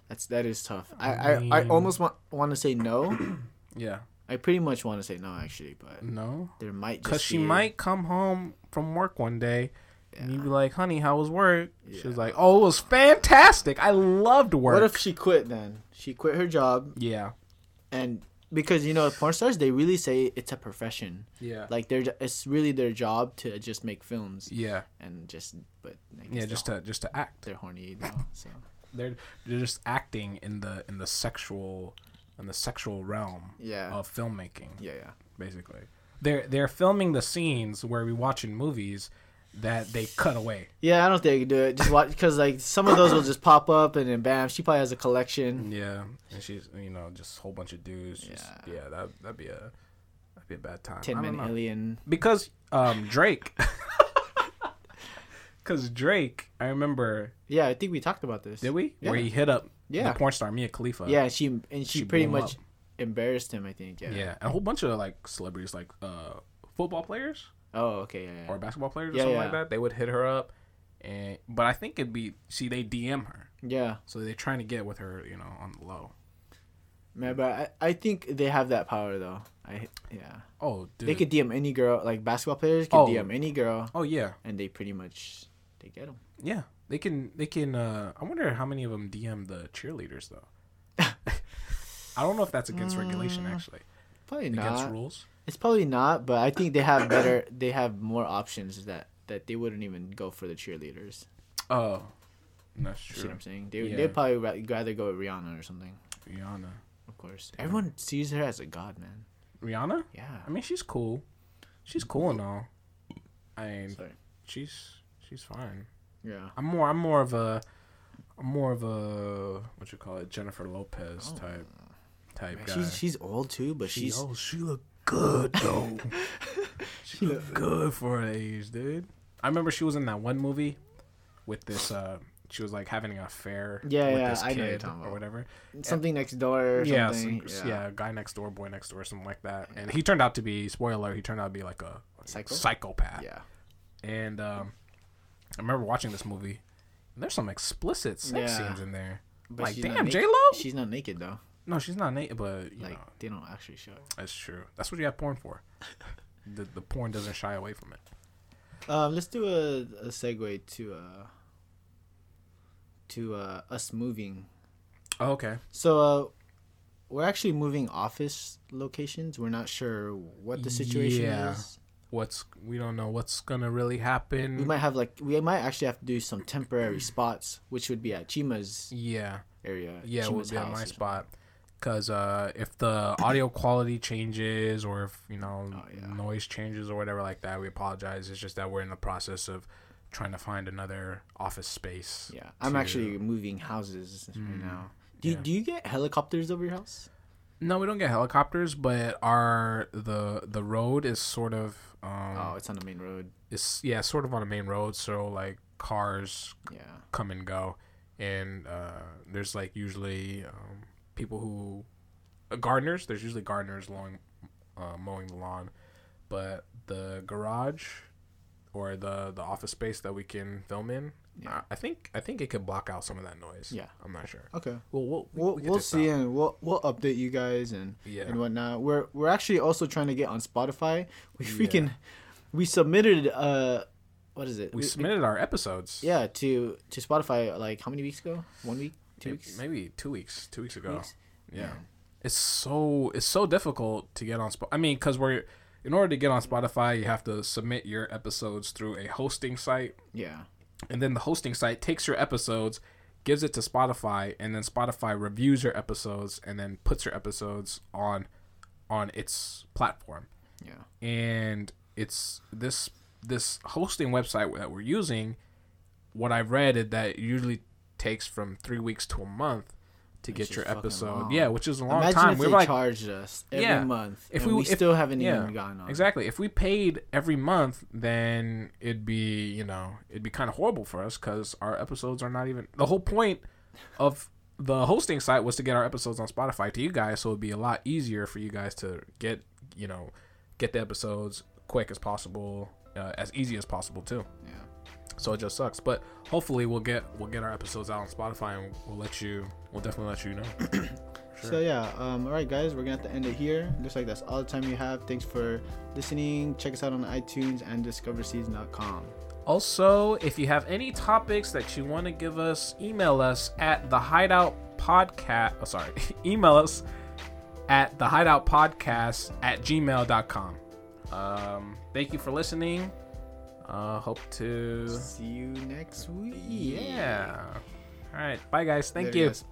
Speaker 1: That's that is tough. I I, I
Speaker 2: mean-
Speaker 1: almost want want to say no.
Speaker 2: Yeah.
Speaker 1: I pretty much want to say no actually, but
Speaker 2: No.
Speaker 1: there might just
Speaker 2: Cause she
Speaker 1: be-
Speaker 2: might come home from work one day, and you'd be like, "Honey, how was work?" She was
Speaker 1: Yeah.
Speaker 2: like, "Oh, it was fantastic. I loved work."
Speaker 1: What if she quit then? She quit her job
Speaker 2: yeah,
Speaker 1: and because you know porn stars they really say it's a profession.
Speaker 2: yeah,
Speaker 1: like they're ju- it's really their job to just make films
Speaker 2: yeah,
Speaker 1: and just but I guess
Speaker 2: yeah. Just to just to act.
Speaker 1: they're horny now so
Speaker 2: They're they're just acting in the in the sexual in the sexual realm
Speaker 1: yeah
Speaker 2: of filmmaking.
Speaker 1: yeah yeah
Speaker 2: Basically, they're they're filming the scenes where we watch in movies that they cut away.
Speaker 1: yeah I don't think I could do it just watch because like some of those will just pop up and then bam she probably has a collection
Speaker 2: Yeah, and she's you know just a whole bunch of dudes. Just, yeah,
Speaker 1: Yeah.
Speaker 2: that that'd be a that'd be a bad time. I
Speaker 1: Tin
Speaker 2: don't
Speaker 1: Man
Speaker 2: know.
Speaker 1: Alien
Speaker 2: because um Drake (laughs) cuz Drake I remember
Speaker 1: yeah I think we talked about this
Speaker 2: did we
Speaker 1: Yeah.
Speaker 2: where he hit up
Speaker 1: Yeah.
Speaker 2: the porn star Mia Khalifa
Speaker 1: yeah she and she,
Speaker 2: She
Speaker 1: pretty
Speaker 2: blew him
Speaker 1: much
Speaker 2: up.
Speaker 1: embarrassed him I think yeah,
Speaker 2: yeah and a whole bunch of like celebrities like uh football players
Speaker 1: oh okay yeah, yeah.
Speaker 2: or basketball players or
Speaker 1: Yeah,
Speaker 2: something like
Speaker 1: yeah.
Speaker 2: that they would hit her up and but I think it'd be see they DM her
Speaker 1: yeah
Speaker 2: so they're trying to get with her you know on the low
Speaker 1: man but I, I think they have that power though I yeah
Speaker 2: oh dude
Speaker 1: they could DM any girl like basketball players could
Speaker 2: Oh.
Speaker 1: DM any girl
Speaker 2: oh yeah
Speaker 1: and they pretty much they get them
Speaker 2: yeah they can they can uh I wonder how many of them DM the cheerleaders
Speaker 1: (laughs)
Speaker 2: though I don't know if that's against regulation actually
Speaker 1: probably
Speaker 2: against
Speaker 1: Uh, not
Speaker 2: rules
Speaker 1: It's probably not, but I think they have better. They have more options that that they wouldn't even go for the cheerleaders.
Speaker 2: Oh, that's
Speaker 1: You See what
Speaker 2: true.
Speaker 1: I'm saying? They
Speaker 2: Yeah.
Speaker 1: they'd probably ra- rather go with Rihanna or something.
Speaker 2: Rihanna.
Speaker 1: Of course, everyone sees her as a god, man.
Speaker 2: Rihanna?
Speaker 1: Yeah.
Speaker 2: I mean, she's cool. She's cool and all. I mean,
Speaker 1: Sorry.
Speaker 2: she's she's fine.
Speaker 1: Yeah.
Speaker 2: I'm more I'm more of a I'm more of a what you call it Jennifer Lopez type
Speaker 1: Oh.
Speaker 2: type
Speaker 1: Man,
Speaker 2: guy.
Speaker 1: she's she's old too, but
Speaker 2: She-
Speaker 1: she's
Speaker 2: oh she look good
Speaker 1: (laughs)
Speaker 2: though. she, look good for her age, dude. I remember she was in that one movie with this. uh She was like having an affair.
Speaker 1: Yeah,
Speaker 2: with
Speaker 1: yeah,
Speaker 2: this
Speaker 1: I know
Speaker 2: kid
Speaker 1: what you're talking
Speaker 2: or
Speaker 1: about.
Speaker 2: whatever.
Speaker 1: something next door. Or
Speaker 2: yeah,
Speaker 1: something.
Speaker 2: some, yeah, guy next door, boy next door, something like that. And he turned out to be spoiler. He turned out to be like a
Speaker 1: Psycho?
Speaker 2: psychopath.
Speaker 1: Yeah.
Speaker 2: and um, I remember watching this movie. And there's some explicit sex
Speaker 1: Yeah.
Speaker 2: scenes in there.
Speaker 1: But
Speaker 2: like,
Speaker 1: she's not
Speaker 2: damn,
Speaker 1: naked-
Speaker 2: J Lo.
Speaker 1: She's not naked though.
Speaker 2: No, she's not naked, but you
Speaker 1: Like
Speaker 2: know,
Speaker 1: they don't actually show. it.
Speaker 2: that's true. That's what you have porn
Speaker 1: (laughs)
Speaker 2: for. the the porn doesn't shy away from it.
Speaker 1: Um, let's do a, a segue to uh to uh us moving.
Speaker 2: Oh, okay.
Speaker 1: So uh, we're actually moving office locations. We're not sure what the situation
Speaker 2: Yeah.
Speaker 1: is.
Speaker 2: What's we don't know what's gonna really happen.
Speaker 1: We might have like we might actually have to do some temporary spots, which would be at Chima's
Speaker 2: yeah.
Speaker 1: area.
Speaker 2: yeah, it
Speaker 1: Chima's
Speaker 2: would be at
Speaker 1: house
Speaker 2: my
Speaker 1: or something.
Speaker 2: spot. Cause uh, if the audio quality changes or if you know
Speaker 1: Oh, yeah.
Speaker 2: noise changes or whatever like that, we apologize. It's just that we're in the process of trying to find another office space.
Speaker 1: Yeah, I'm
Speaker 2: to-
Speaker 1: actually moving houses right now. Do
Speaker 2: Hmm. yeah.
Speaker 1: do you get helicopters over your house?
Speaker 2: No, we don't get helicopters, but our the the road is sort of um
Speaker 1: Oh, it's on the main road.
Speaker 2: is yeah sort of on a main road, so like cars
Speaker 1: Yeah.
Speaker 2: come and go, and uh, there's like usually um, people who uh, gardeners. There's usually gardeners along uh, mowing the lawn, but the garage or the the office space that we can film in,
Speaker 1: Yeah.
Speaker 2: I, I think I think it could block out some of that noise.
Speaker 1: Yeah.
Speaker 2: I'm not sure.
Speaker 1: Okay.
Speaker 2: Well, we'll
Speaker 1: We'll,
Speaker 2: we
Speaker 1: we
Speaker 2: could
Speaker 1: will
Speaker 2: just
Speaker 1: see
Speaker 2: stop.
Speaker 1: and we'll we'll update you guys and
Speaker 2: Yeah.
Speaker 1: and whatnot. We're we're actually also trying to get on Spotify. We
Speaker 2: Yeah.
Speaker 1: freaking we submitted uh what is it?
Speaker 2: We submitted our episodes.
Speaker 1: yeah to to Spotify like how many weeks ago? One week, two
Speaker 2: may-
Speaker 1: weeks.
Speaker 2: maybe two weeks, two weeks ago.
Speaker 1: weeks?
Speaker 2: Yeah. it's so it's so difficult to get on. Spo- I mean, because we're in order to get on Spotify, you have to submit your episodes through a hosting site,
Speaker 1: Yeah.
Speaker 2: and then the hosting site takes your episodes, gives it to Spotify, and then Spotify reviews your episodes and then puts your episodes on on its platform
Speaker 1: Yeah.
Speaker 2: and it's this this hosting website that we're using. What I've read is that it usually takes from three weeks to a month to
Speaker 1: Which
Speaker 2: get your
Speaker 1: is fucking
Speaker 2: episode.
Speaker 1: long.
Speaker 2: Yeah, which is a long
Speaker 1: Imagine
Speaker 2: time.
Speaker 1: if
Speaker 2: We
Speaker 1: they
Speaker 2: were like,
Speaker 1: charged us every
Speaker 2: Yeah.
Speaker 1: month
Speaker 2: If
Speaker 1: if
Speaker 2: we-
Speaker 1: we,
Speaker 2: if-
Speaker 1: still haven't
Speaker 2: yeah,
Speaker 1: even gotten on.
Speaker 2: exactly. If we paid every month, then it'd be you know it'd be kind of horrible for us because our episodes are not even the whole point of the hosting site was to get our episodes on Spotify to you guys, so it'd be a lot easier for you guys to get you know get the episodes quick as possible, uh, as easy as possible too.
Speaker 1: Yeah.
Speaker 2: So it just sucks. But hopefully we'll get we'll get our episodes out on Spotify and we'll let you we'll definitely let you know.
Speaker 1: So yeah, um, all right, guys, we're gonna have to end it here. Looks like that's all the time you have. Thanks for listening. Check us out on iTunes and discoverseason.com.
Speaker 2: Also, if you have any topics that you want to give us, email us at the hideout podcast oh, sorry, (laughs) email us at the hideout podcast at gmail.com. Um, thank you for listening. Uh, hope to
Speaker 1: See you next week.
Speaker 2: Yeah. All right. Bye guys. Thank
Speaker 1: Later,
Speaker 2: you.
Speaker 1: guys.